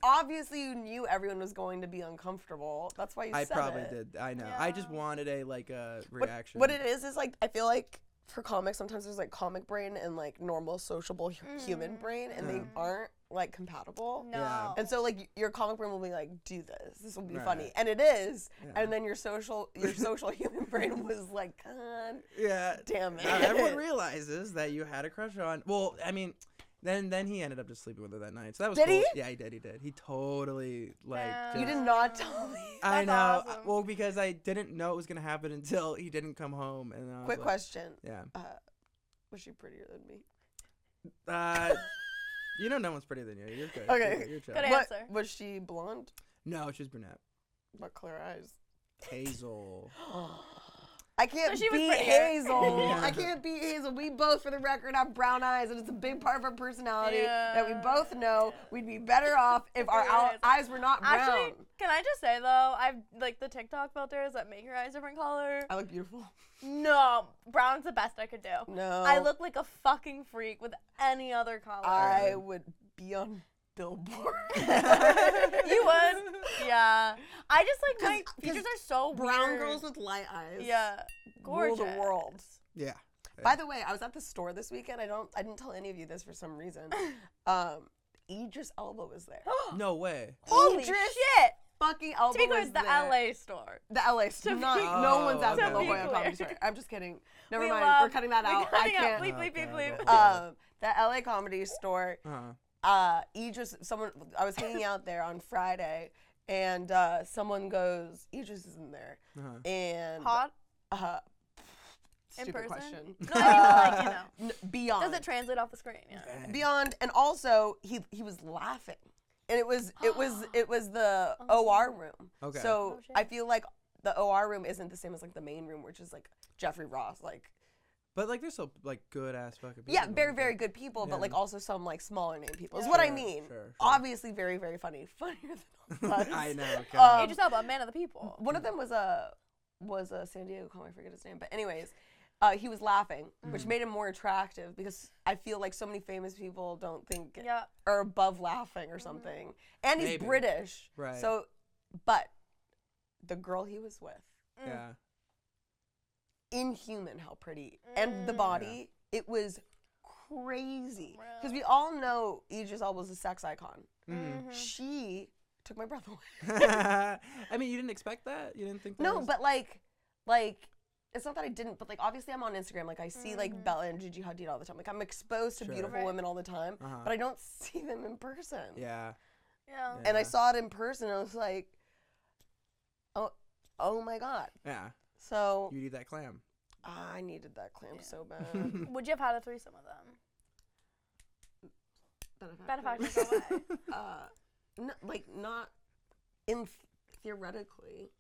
Obviously, you knew everyone was going to be uncomfortable. That's why you
I
said
probably
it.
did. I know. I just
Yeah.
wanted a like a
What-
reaction.
What, it is is like I feel like for comics sometimes there's like comic brain and like normal sociable hu- human
Mm,
brain and they
mm.
aren't like compatible.
No.
Yeah.
And so like y- your comic brain will be like do this. This will be funny.
Right.
And it is.
Yeah.
And then your social your social human brain was like God
yeah.
damn it.
Now everyone realizes that you had a crush on. Well, I mean, then then he ended up just sleeping with her that night. So that was
Did
cool.
he?
Yeah, he did. He did. He totally like.
Damn.
you
just-
did not tell me.
I
That's
know.
awesome.
Well, because I didn't know it was gonna happen until he didn't come home, and I was
Quick
like,
question.
Yeah.
Uh, was she prettier than me?
Uh, you know, no one's prettier than you. You're good.
Okay.
You're, you're chill.
Good Good
What-
answer.
was she blonde?
No, she's brunette.
But clear eyes.
Hazel.
I can't
So she was
beat
prettier.
Hazel.
Yeah.
I can't beat Hazel. We both, for the record, have brown eyes, and it's a big part of our personality that we
Yeah.
both know we'd be better off if our
Yes.
ou- eyes were not brown.
Actually, can I just say though, I've like the TikTok filters that make your eyes different color.
I look beautiful.
No, brown's the best I could do.
No,
I look like a fucking freak with any other color.
I would be on Billboard.
you would? Yeah. I just like
'Cause-
my
'cause
features are so
Brown
weird.
girls with light eyes.
yeah,
rule
gorgeous.
the world.
Yeah.
By the way, I was at the store this weekend. I don't. I didn't tell any of you this for some reason. Um, Idris Elba was there.
Oh,
No way.
Holy
Idris
shit!
Fucking Elba
To be clear,
was
it's the
there.
LA store.
The LA
To
store. Not,
be-
no one's at
Oh,
the La
okay.
Jolla Comedy
To be
Store. I'm just kidding. Never
We
mind. we're
love-
cutting that
we're
out.
cutting
I
out.
can't.
Bleep, bleep,
Okay,
bleep, bleep.
okay.
Um, the LA Comedy Store.
Uh-huh.
Uh, Idris. Someone. I was hanging out there on Friday, and uh, someone goes, "Idris is in there."
Uh-huh.
And
Hot?
Uh,
In
stupid
person?
question.
No, I mean, like, you know.
n- beyond.
Does it translate off the screen? Yeah.
Dang.
beyond and also he he was laughing and it was it was it was the
Oh.
or room
Okay.
so
Oh, shit.
i feel like the or room isn't the same as like the main room which is like jeffrey ross like
But like, there's so like good ass fucking. People
yeah
in
very
there.
very good people
Yeah.
but like also some like smaller name people is what i
Sure,
mean
sure, sure.
obviously very very funny funnier than all of us.
I know.
Um, Mm,
Idris Elba, man of the people.
one of them was a was a san diego comic i forget his name but anyways uh, he was laughing, which made him more attractive because I feel like so many famous people don't think
Yeah.
or above laughing or something. And he's
Maybe.
British.
Right.
So, but the girl he was with,
Mm.
yeah.
inhuman how pretty. And the body, it was crazy. Because
Really?
we all know Idris Elba was a sex icon.
Mm-hmm.
Mhm.
Mm. She took my breath away.
I mean, you didn't expect that. You didn't think. That
Mm. No,
was-
but like, like, it's not that I didn't, but like, obviously, I'm on Instagram. Like, I see like Bella and Gigi Hadid all the time. Like, I'm exposed to
Mm-hmm. Sure.
beautiful
Right.
women all the time,
Uh-huh.
but I don't see them in person.
Yeah.
Yeah.
Yeah.
And I saw it in person, and I was like, oh, oh my god.
Yeah.
So
You need that clam.
I needed that clamp so bad.
Would you have had a threesome with them? Benefactor, go away.
Uh, no, like not in th- theoretically.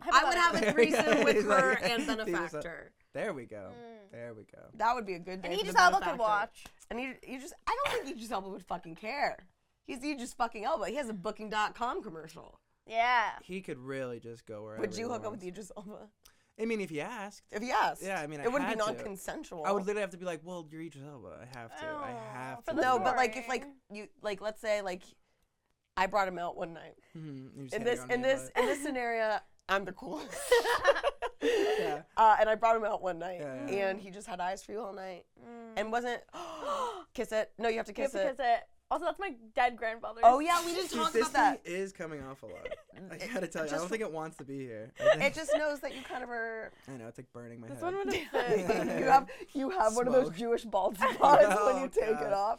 I would have
Hypothetically.
a threesome with
He's
her
like-
and
he's like-
benefactor.
There we go.
Mm.
There we go.
That would be a good day.
And
for the
Idris Elba could
benefactor.
watch.
And he, he just, I don't think Idris Elba would fucking care. He's Idris fucking Elba. He has a Booking.com commercial.
Yeah.
He could really just go wherever.
Would
he
you hook up
wants.
with Idris Elba?
I mean, if he asked,
If yes.
Yeah, I mean, I
it wouldn't be
had to.
non-consensual.
I would literally have to be like, "Well, you're Idris Elba. I have to. I
Oh,
have
for
to."
the
no,
do
but
it."
like if like you like let's say like I brought him out one night.
Mhm. You just
in
hit it
this
on
in
the
this
butt.
in this scenario, I'm the coolest. Uh, and I brought him out one night,
Yeah,
and he just had eyes for you all night, and wasn't kiss it. No, you have to
Mm. You have
kiss
to
it.
kiss it. Also, that's my dead grandfather.
Oh yeah, we didn't
Dude,
talk
this
about that.
thing is coming off a lot. I gotta tell you, I
just-
don't think it wants to be here. I, think-
It just knows that you kind of are.
I know it's like burning my
This
head.
one would
you
have
have you have one of those
Smoke.
Jewish bald spots when you
Oh,
take it
God.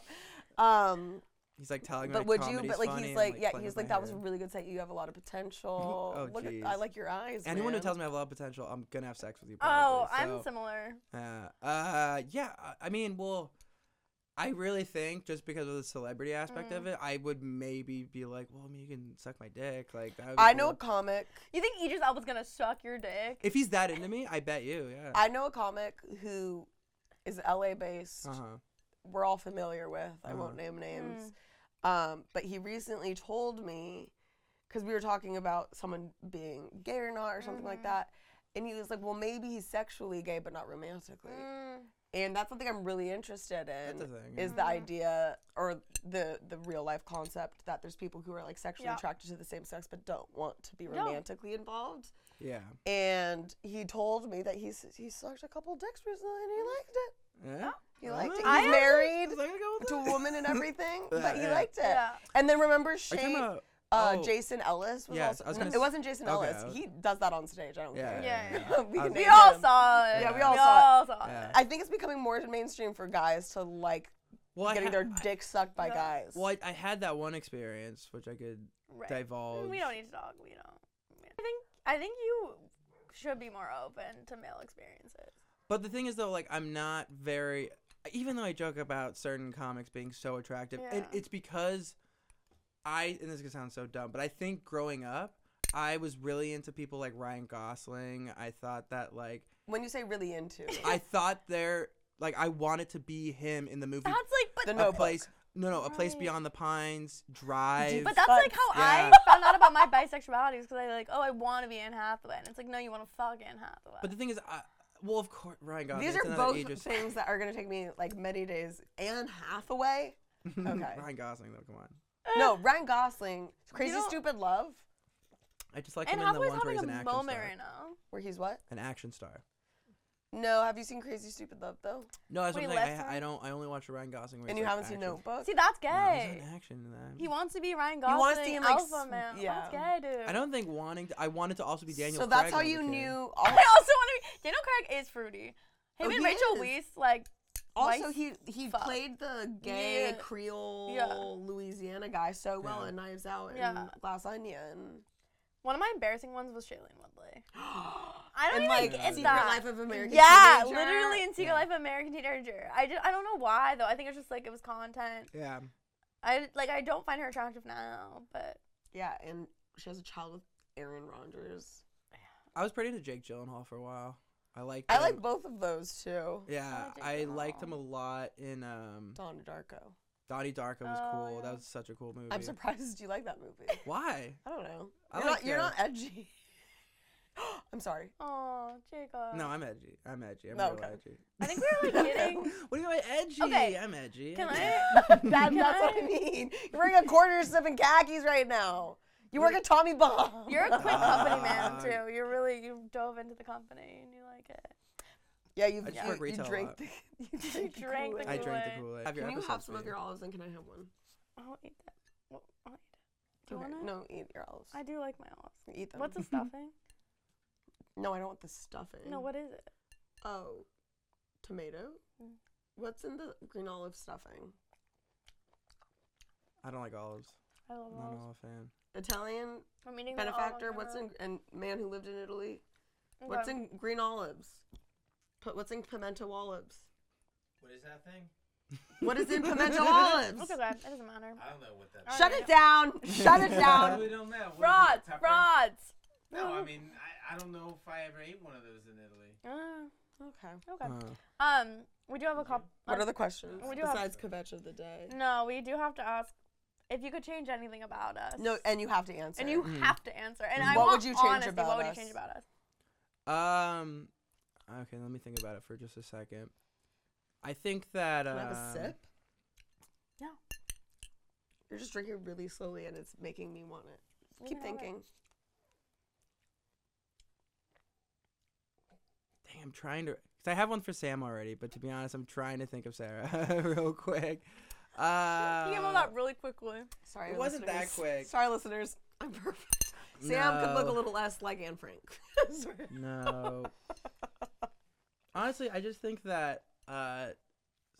off. Um,
He's like telling me.
But
like,
would you?
comedy's
But like
funny
he's
and,
like, yeah,
playing
he's
with
like
my
that was a
hair.
really good set. You have a lot of potential.
Oh,
Look at, I
jeez.
like your eyes.
Anyone
man.
who tells me I have a lot of potential, I'm gonna have sex with you.
Oh,
Probably.
I'm
so,
similar.
Uh, uh, yeah. I- I mean, well, I really think just because of the celebrity aspect
Mm.
of it, I would maybe be like, well, I mean, you can suck my dick. Like, that would be
I know
cool.
a comic.
You think Idris Elba's gonna suck your dick?
If he's that into me, I bet you. Yeah.
I know a comic who is LA based.
Uh huh.
We're all familiar with. I
Uh-huh.
won't name names. Um, but he recently told me because we were talking about someone being gay or not or something like
Mhm.
that. And he was like, well, maybe he's sexually gay, but not romantically.
Mm.
And that's something I'm really interested in.
That's a thing. yeah.
is the
Mhm.
idea or the the real life concept that there's people who are like sexually
Yeah.
attracted to the same sex but don't want to be
No.
romantically involved.
yeah.
And he told me that he's he sucked a couple dicks recently and
Mm-hmm.
he liked it.
Yeah.
He liked it. He's
Oh. I
married
Is that gonna go with
to
that?
a woman and everything,
Yeah,
but he
yeah.
liked it.
Yeah.
And then remember
Are you
Shane,
talking about?
uh,
oh.
Jason Ellis was
Yes,
also
I was
no,
gonna
it
s-
wasn't Jason
okay, I
Ellis.
was-
He does that on stage. I don't
Yeah.
care.
Yeah,
yeah,
we can
I was-
We
name
all
him.
saw it.
Yeah, we all
we
saw it.
all saw it.
Yeah.
I think it's becoming more mainstream for guys to like
Well, I
getting
ha-
their dick sucked by
Yeah.
guys.
Well, I, I had that one experience which I could
Right.
divulge.
We don't need to talk. We don't. I think I think you should be more open to male experiences.
But the thing is, though, like I'm not very. Even though I joke about certain comics being so attractive, and
Yeah.
it's because I and this is gonna sound so dumb, but I think growing up, I was really into people like Ryan Gosling. I thought that like
when you say really into,
I thought they're like I wanted to be him in the movie.
That's like, but
The
a
Notebook.
place, no, no, a place
Right.
beyond the pines. Drive.
but that's like how
Yeah.
I found out about my bisexuality because I like, oh, I want to be Anne Hathaway, and it's like, no, you want to fuck Anne Hathaway.
But the thing is, I, well, of course, Ryan Gosling.
These
it's
are
another
both
Idris-
things that are gonna take me like many days. Anne Hathaway? Okay.
Ryan Gosling, though, come on.
No, Ryan Gosling. Crazy
don't-
Stupid Love,
I just like
Anne
him in the
Hathaway's
ones where
having
he's
a
an action
moment
star.
right now.
where he's what?
An action star.
No, have you seen Crazy Stupid Love though?
No, that's
Wait,
what I'm saying.
last
I, I
time?
don't. I only watch Ryan Gosling. Where
and
he's,
you
like,
haven't seen
action.
Notebook?
See, that's
No, he's
gay.
not an action in that.
he wants to be Ryan Gosling.
You wanna see him, like,
alpha
sm-
man.
yeah.
That's gay, dude.
I don't think wanting. To, I wanted to also be Daniel.
so that's
Craig
how
when I was
you
a kid.
knew.
I
al-
also want to be. Daniel Craig is fruity.
Oh,
Him
he
and Rachel
is.
Weisz, like,
Also,
Weiss-
he he
fuck.
played the gay
Yeah.
Creole
Yeah.
Louisiana guy so well
Yeah.
in Knives Out and
Yeah.
Glass Onion.
one of my embarrassing ones was Shailene Woodley. I don't
and
even
like
get
Secret
that.
Life of American
yeah,
Teenager.
literally in Secret
Yeah.
Life of American Teenager. I just I don't know why though. I think it's just like it was content.
Yeah.
I like I don't find her attractive now, but
Yeah, and she has a child with Aaron Rodgers.
I was pretty into Jake Gyllenhaal for a while. I liked.
I
him.
like both of those too.
Yeah,
like Jake
I liked
Gyllenhaal.
him a lot in um,
Donnie Darko.
Donnie Darko was
Oh,
cool.
yeah.
That was such a cool movie.
I'm surprised you like that movie.
Why?
I don't know.
I
you're,
like
not, you're
the-
not edgy. I'm sorry.
oh Jacob.
No, I'm edgy. I'm edgy. I'm
Uh, No,
real
okay.
edgy.
I think we were like getting.
What do you mean by edgy?
Okay,
I'm edgy.
Can
I'm
I?
That,
Can
that's what
I-
I mean. You're wearing a quarter zip and khakis right now. You work at Tommy Bomb.
You're a quick company man
Uh,
too. You're really you dove into the company and you like it.
yeah, you've,
I just
you,
work
you
retail a
drink
lot.
the, you drink the
drank the
Kool-Aid.
I drank the
Kool-Aid.
Kool-Aid.
Can you have some of your olives and can I have one?
I'll eat that. Well, I'll eat it. Do you
Okay,
want it?
No, Um, eat your olives.
I do like my olives.
eat them.
What's the stuffing?
no, I don't want the stuffing.
no, what is it?
Oh, tomato.
Mm.
What's in the green olive stuffing?
I don't like olives.
I love
I'm not an
olives.
olive fan.
Italian
I'm eating the olive
benefactor. What's
now.
in and man who lived in Italy?
Okay.
What's in green olives? Put what's in pimento olives?
What is that thing?
What is in pimento olives?
It's okay. It doesn't matter.
I don't know what that.
I
Shut it down! Shut it
I
down!
really don't know. What is
Rods,
it, pepper?
rods.
No, I mean I, I don't know if I ever ate one of those in Italy.
Ah,
Okay.
okay.
Uh,
Um, we do have a
Thank you.
couple.
What are the questions
We do have-
besides kvetch of the day?
No, we do have to ask if you could change anything about us.
No, and you have to answer.
and you
Hmm.
Mhm.
have to answer. And I
What would
want
you change
honesty.
about
What would you
us?
change about us?
Um. Okay, let me think about it for just a second. I think that.
Can
Um,
I have a sip.
No.
You're just drinking really slowly, and it's making me want it.
We
Keep
can have it.
thinking.
Dang, I'm trying to. Cause I have one for Sam already, but to be honest, I'm trying to think of Sarah real quick. Uh,
You came up with that really quickly.
Sorry,
It wasn't that
listeners.
quick.
Sorry, listeners. I'm perfect. Sam could look a
No.
little less like Anne Frank. Sorry.
No. Honestly, I just think that uh,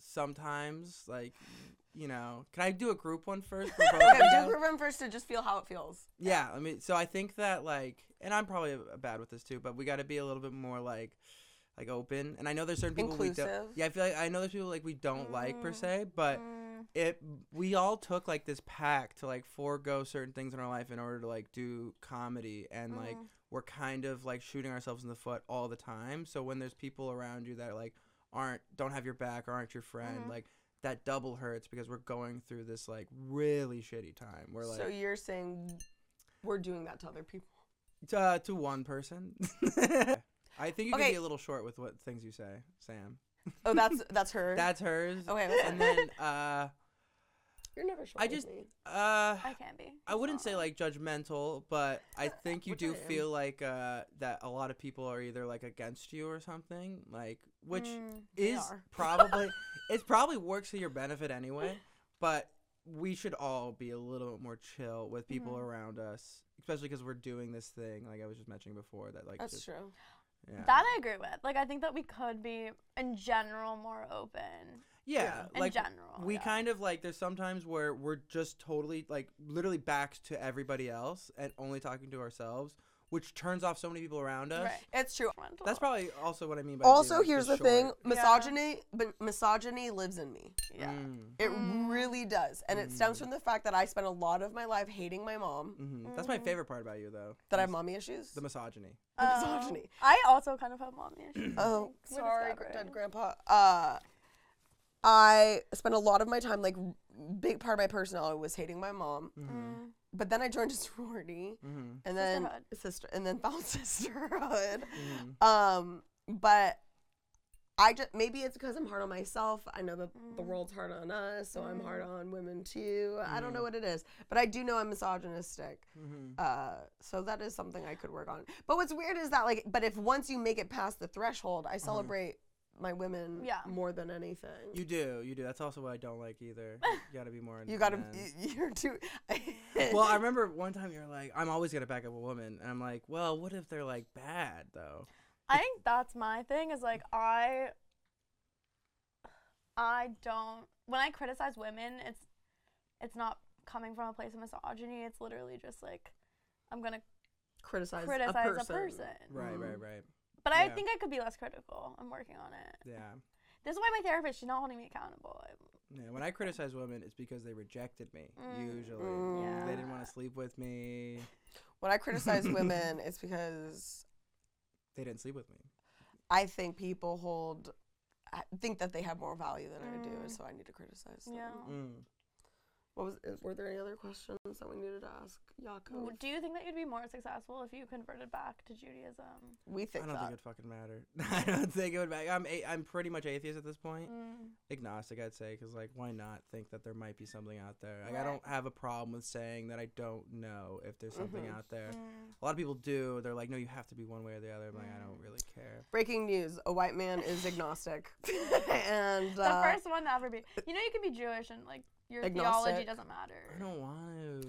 sometimes, like, you know, can I do a group one first? for both of
Okay,
you?
do group run first to just feel how it feels.
Yeah, I mean, so I think that like, and I'm probably uh, bad with this too, but we got to be a little bit more like, like open. And I know there's certain people we don't.
Inclusive.
Yeah, I feel like I know there's people like we don't like per
Mm.
se, but
Mm.
it we all took like this pact to like forego certain things in our life in order to like do comedy, and like
Mhm.
we're kind of like shooting ourselves in the foot all the time. So when there's people around you that like aren't don't have your back or aren't your friend,
Mhm.
like that double hurts because we're going through this like really shitty time. We're like
so you're saying we're doing that to other people.
to, uh, to one person. I think you can
Okay.
be a little short with what things you say, Sam.
Oh, that's that's her.
That's hers.
okay, that's fine.
And then uh,
you're never sure.
I
with
just-
me.
uh,
I can't be.
I wouldn't say
Sorry.
like judgmental, but I think you
Which
do
I am.
feel like uh, that a lot of people are either like against you or something, like which
Mm.
They
is
are.
probably it probably works to your benefit anyway. But we should all be a little bit more chill with people
Mm-hmm.
Mhm.
around us, especially because we're doing this thing, like I was just mentioning before, that like
That's
just,
true.
Yeah.
That I agree with. Like I think that we could be in general more open.
yeah,
In
like
general.
we
Oh, yeah.
kind of like there's sometimes where we're just totally like literally backed to everybody else and only talking to ourselves which turns off so many people around us
Right.
It's true.
that's probably also what i mean by being,
Also,
like,
here's the
just
thing:
short.
misogyny, but misogyny lives in me.
yeah.
Mm,
It
Mm.
really does, and it stems from the fact that I spent a lot of my life hating my mom,
mhm. that's my
Mhm.
favorite part about you though
that I have
is
mommy issues.
the misogyny
Mm. The
Oh,
misogyny.
I also kind of have mommy issues.
Oh,
We're
sorry,
discovering.
dead grandpa. Uh, I spent a lot of my time, like, big part of my personality was hating my mom.
mm-hmm.
Mm.
But then I joined a sorority,
Mm-hmm.
and then
Sisterhood.
sister, and then found sisterhood.
Mm-hmm.
Um, but I just maybe it's because I'm hard on myself. I know that
Mm.
the world's hard on us, so I'm hard on women too. I
Mm.
don't know what it is, but I do know I'm misogynistic.
Mm-hmm.
Uh, so that is something I could work on. But what's weird is that like, but if once you make it past the threshold,
Uh-huh.
I celebrate my women
Yeah.
more than anything. You,
you do you do that's also what i don't like either you gotta be more
gotta,
intense.
you, you're too.
well, I remember one time you were like, "I'm always gonna back up a woman," and I'm like, "Well, what if they're like bad though?"
I think that's my thing is like I I don't when I criticize women it's it's not coming from a place of misogyny it's literally just like I'm going to
criticize,
criticize
a person.
Right,
Mm.
right, right.
But I
Yeah.
think I could be less critical. I'm working on it.
Yeah.
This is why my therapist, she's not holding me accountable. I'm-
Yeah, when I criticize women, it's because they rejected me.
Mm.
Usually,
Mm.
they didn't want to sleep with me.
When I criticize women, it's because
They didn't sleep with me.
I think people hold I think that they have more value than I do,
Mm.
and so I need to criticize them.
Yeah.
Mm.
What was? uh, Were there any other questions that we needed to ask Yako?
W- Do you think that you'd be more successful if you converted back to Judaism?
we
I
think
don't
that.
think it fucking mattered. I don't think it would matter. I'm a- I'm pretty much atheist at this point.
Mm.
Agnostic, I'd say, because like, why not think that there might be something out there? Like, I
Right.
don't have a problem with saying that I don't know if there's something
Mhm.
out there.
Mm.
A lot of people do. They're like, no, you have to be one way or the other. I'm like, I don't really care.
Breaking news: A white man is agnostic, and
The
uh,
first one to ever be. You know, you can be Jewish and like your theology
Agnostic.
doesn't
I
matter.
don't want to.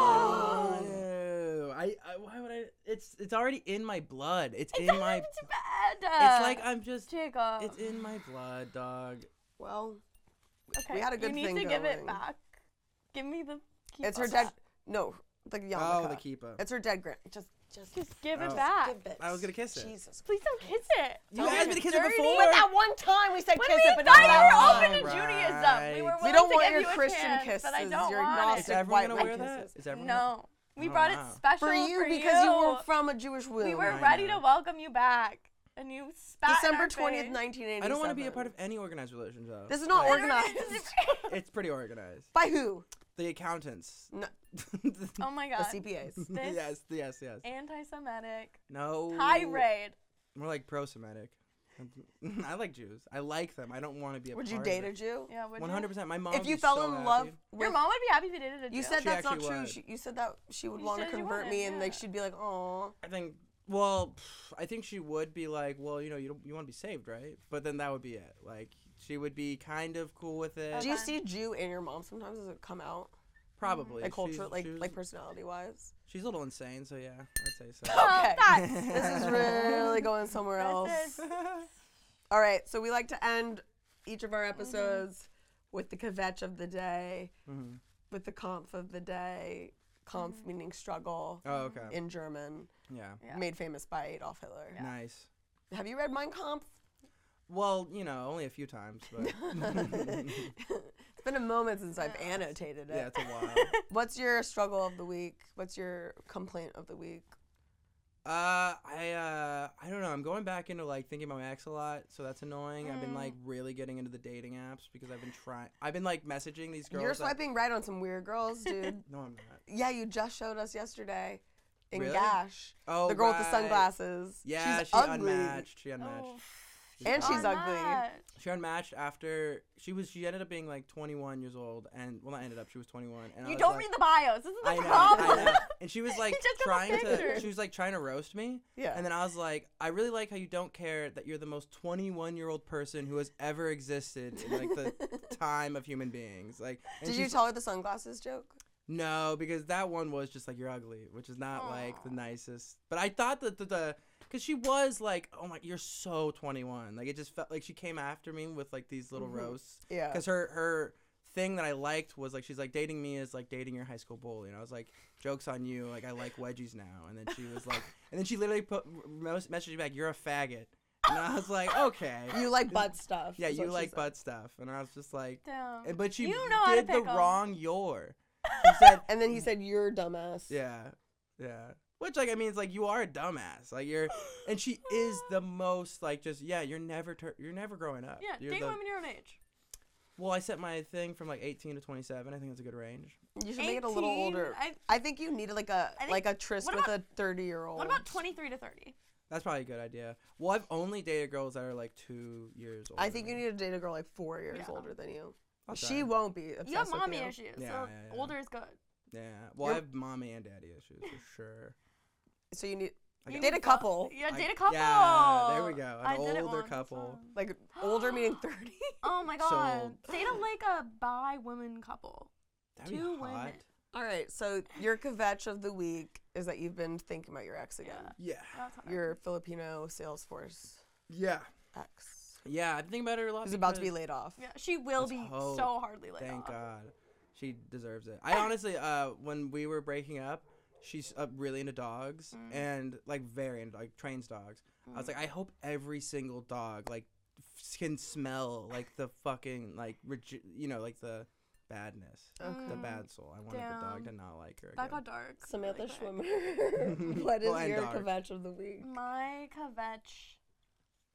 I, don't want to. I, I why would I? It's it's already in my blood. It's,
It's
in
not
my.
even too bad.
It's like I'm just.
Jacob.
It's in my blood, dog.
well,
okay.
had a good
You need
thing
to give it
going.
back. Give me the. keep
it's her
us
dead.
up.
No, the yarmulke.
Oh, the keepa.
It's her dead grand. Just, just
Just give
Oh.
it back.
give it.
I was gonna kiss it.
Jesus.
Please don't kiss it.
You
Don't
asked
get
me to kiss
dirty.
it before.
But that one time we said
When
kiss
we
it, but not
thought you were
that
open to
one.
Judaism, we were
Right.
willing
We don't
to
want
give
your
you a
Christian
chance,
kisses.
but I don't
You're
want
agnostic.
Is
It's like
everyone gonna
white
wear
white
that?
kisses.
Is everyone? gonna-
No, we
Oh,
brought
wow.
it special
for you because you were
you.
from a Jewish womb.
We were
I
ready
know.
to welcome you back, and you spat. in
December
our
twentieth,
face.
nineteen eighty.
I don't want to be a part of any organized religion, though.
This is not
Like,
organized.
It's pretty organized.
By who?
The accountants.
No,
oh my
the
god.
CPAs.
This-
yes, yes, yes.
Anti-Semitic
No.
tirade.
More like pro-Semitic. I like Jews. I like them. I don't want to be a.
Would you
part
date
of
a
it.
Jew?
Yeah, would
One hundred percent. My mom.
If
would
you
be
fell
so
in
happy.
love
You?
with,
Your mom would be happy if you dated a Jew.
you said
She
that's not
actually
true.
would.
She, you said that she would
You
want to
said you
convert
wanted,
me, and like
yeah.
she'd be like, "Oh,
I think. Well, pff, I think she would be like, well, you know, you don't, you want to be saved, right? But then that would be it. Like she would be kind of cool with it,
do you
Okay.
see Jew in your mom sometimes? Does it come out
probably.
like culture,
she's,
like
she's,
like personality wise?
she's a little insane, so yeah, I'd say so.
Oh,
Okay.
that's-
This is really going somewhere
This
else.
is- Mm-hmm.
All right, so we like to end each of our episodes with the kvetch of the day,
hmm
with the kampf of the day. Kampf meaning struggle
Oh, okay.
in German,
Yeah.
Mm-hmm. Yeah.
made famous by Adolf Hitler.
Nice.
Have you read Mein Kampf?
Well, you know, only a few times, but
it's been a moment since I've
Yeah.
annotated it.
yeah, it's a while.
What's your struggle of the week? What's your complaint of the week?
Uh, I uh, I don't know. I'm going back into like thinking about my ex a lot, so that's annoying. I've been like
Mm.
really getting into the dating apps because I've been trying. I've been like messaging these girls.
You're
that-
swiping right on some weird girls, dude.
No, I'm not.
yeah, you just showed us yesterday in
Really?
Gash.
Oh,
the girl with the
right.
sunglasses.
Yeah,
she's
she
ugly. Oh,
unmatched. She unmatched.
Oh,
And she's
on
ugly.
that.
She unmatched after she was. She ended up being like 21 years old, and well, not ended up. She was 21. And I
You
was
don't
like,
read the bios. This is the
I know,
problem.
I know. And she was like
He just took a
trying to.
picture.
She was like trying to roast me.
Yeah.
And then I was like, I really like how you don't care that you're the most 21 year old person who has ever existed in like the time of human beings. Like, and
Did you
she's-
tell her the sunglasses joke?
No, because that one was just like you're ugly, which is not like the nicest. But I thought that the. the Cause she was like, "Oh my, you're so 21." Like it just felt like she came after me with like these little
Mm-hmm.
roasts.
Uh,
Yeah.
Because her her thing that I liked was like she's like dating me is like dating your high school bully, and I was like, jokes on you. Like I like wedgies now. And then she was like, and then she literally put mes- messaged me back, you're a faggot. And I was like, okay.
You like butt stuff.
yeah,
is
you
what she
like
said.
butt stuff. And I was just like,
Damn.
and, but she
You know how to
did the
pick 'em.
wrong your. She said,
And then he said, "You're a dumbass."
yeah, yeah. Which like I mean, it's like you are a dumbass. Like you're, and she is the most like just yeah. You're never tur- you're never growing up.
Yeah,
You're
date
the-
women your own age.
Well, I set my thing from like 18 to 27. I think that's a good range.
You should make it a little
18,
older. I,
I-
think you need like a
I think-
like a tryst
what
with
about-
a thirty year old.
What about 23 to 30?
That's probably a good idea. Well, I've only dated girls that are like two years old.
I think you need to date a girl like four years
Yeah.
older than you.
I'll
She
try.
won't be. Obsessed
You have
with
mommy
you.
issues,
Yeah,
so
yeah, yeah.
older is good.
Yeah. Well, I
You're-
have mommy and daddy issues for sure.
So you need
I
You
date
need
a couple.
both. Yeah,
I-
date a couple.
yeah, there we go. An
I did it
older
once,
couple.
um,
like older meaning thirty.
Oh my
So-
god. Date a like a bi woman couple.
That'd be
Two
hot.
women.
All right. So your kvetch of the week is that you've been thinking about your ex again.
Yeah.
That's hot.
Your Filipino Salesforce
Yeah.
ex
Yeah. I'm thinking about her a lot.
who's about to be
because-
laid off.
Yeah, she will
Let's
be
hope.
so hardly laid
Thank
off.
God. She deserves it. I honestly, uh, when we were breaking up, she's uh, really into dogs
Mm.
and like very into like trains dogs. I was like, I hope every single dog like f- can smell like the fucking like reju- you know like the badness,
Mm.
Okay.
the bad soul. I wanted the dog to
Damn.
not like her.
That
again.
got dark.
Samantha
really quick.
Schwimmer. what is
Well, and
your
dark.
kvetch of the week?
Mm. My kvetch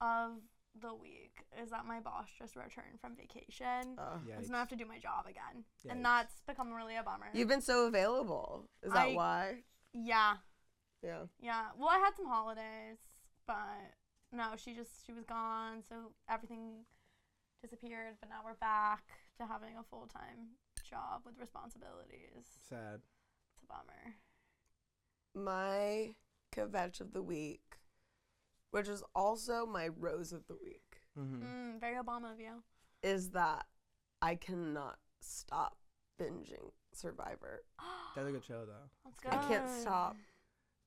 of the week is that my boss just returned from vacation.
Uh,
I
Oh, Yikes.
so now I have to do my job again.
Yikes.
And that's become really a bummer.
You've been so available. Is that
I-
why?
yeah.
Yeah.
Yeah. Well, I had some holidays, but no, she just she was gone, so everything disappeared. But now we're back to having a full time job with responsibilities. It's
sad.
a bummer.
My kvetch of the week, which is also my rose of the week,
Mm-hmm.
Mm, very Obama of you.
is that I cannot stop binging Survivor.
That's a good show though.
Let's go.
I can't stop.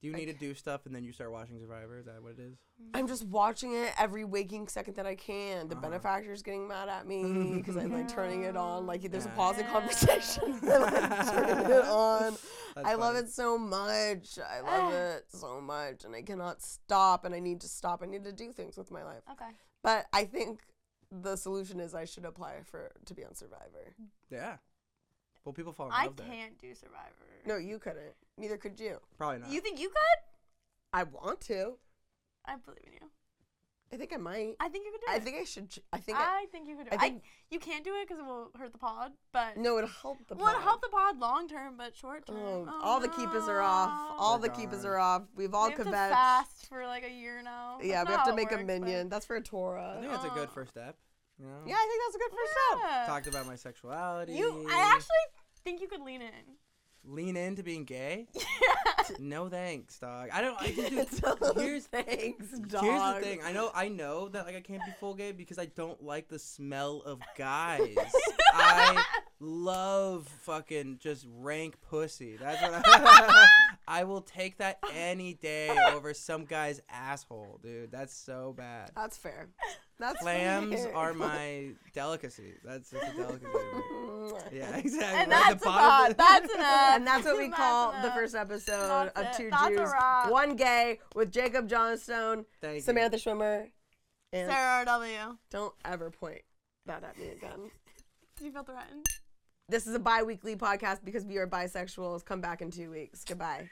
Do you
I
need to do stuff and then you start watching Survivor? Is that what it is?
Mm.
I'm just watching it every waking second that I can. The
Uh-huh.
benefactor's getting mad at me because I'm like turning it on. Like there's a
Yeah.
pause in conversation. and I'm turning it on.
That's
I love
funny.
it so much. I love it so much, and I cannot stop. And I need to stop. I need to do things with my life.
Okay.
But I think the solution is I should apply for to be on Survivor.
Yeah. Well, people fall in
I
Oh, love there.
can't do Survivor.
No, you couldn't. Neither could you.
Probably not.
You think you could?
I want to.
I believe in you.
I think I might.
I think you could do
I
it.
think I should. ch- I think. I,
I think you could do
I
it. I,
think-
you can't do it because it will hurt the pod, but
no, it'll help the.
well, it'll
pod.
help the pod long term, but short term.
Oh,
oh
all the keepers are off.
no.
All
They're
the keepers
gone.
are off. We've all
we have to
kvetched.
fast for like a year now.
Yeah,
That's
we
not
have
how
to
it
make a
works, but-
minion. That's for a Torah.
I think that's a good
Oh.
first step. You know?
Yeah, I think that's a good first step.
Yeah.
Talked about my sexuality.
You, I actually think you could lean in.
lean into being gay.
Yeah.
No thanks, dog. I don't. I just, dude,
So
here's
thanks, dog.
here's the thing. I know. I know that like I can't be full gay because I don't like the smell of guys. I love fucking just rank pussy. That's what I. I will take that any day over some guy's asshole, dude. That's so bad.
That's fair. That's
Clams
weird.
are my delicacy. That's just a delicacy. to me. Yeah, exactly.
And
Right at
that's
the
a
bottom
pot.
of the-
Ah, That's enough.
And that's what we
That's
call the
enough.
first episode
That's
of
it.
Two
That's a
Jews,
wrap.
One Gay with Jacob Johnstone,
Thank you.
Samantha Schwimmer, and
Sarah W.
don't ever point that at me again.
Do you feel threatened?
This is a bi weekly podcast because we are bisexuals. Come back in two weeks. Goodbye.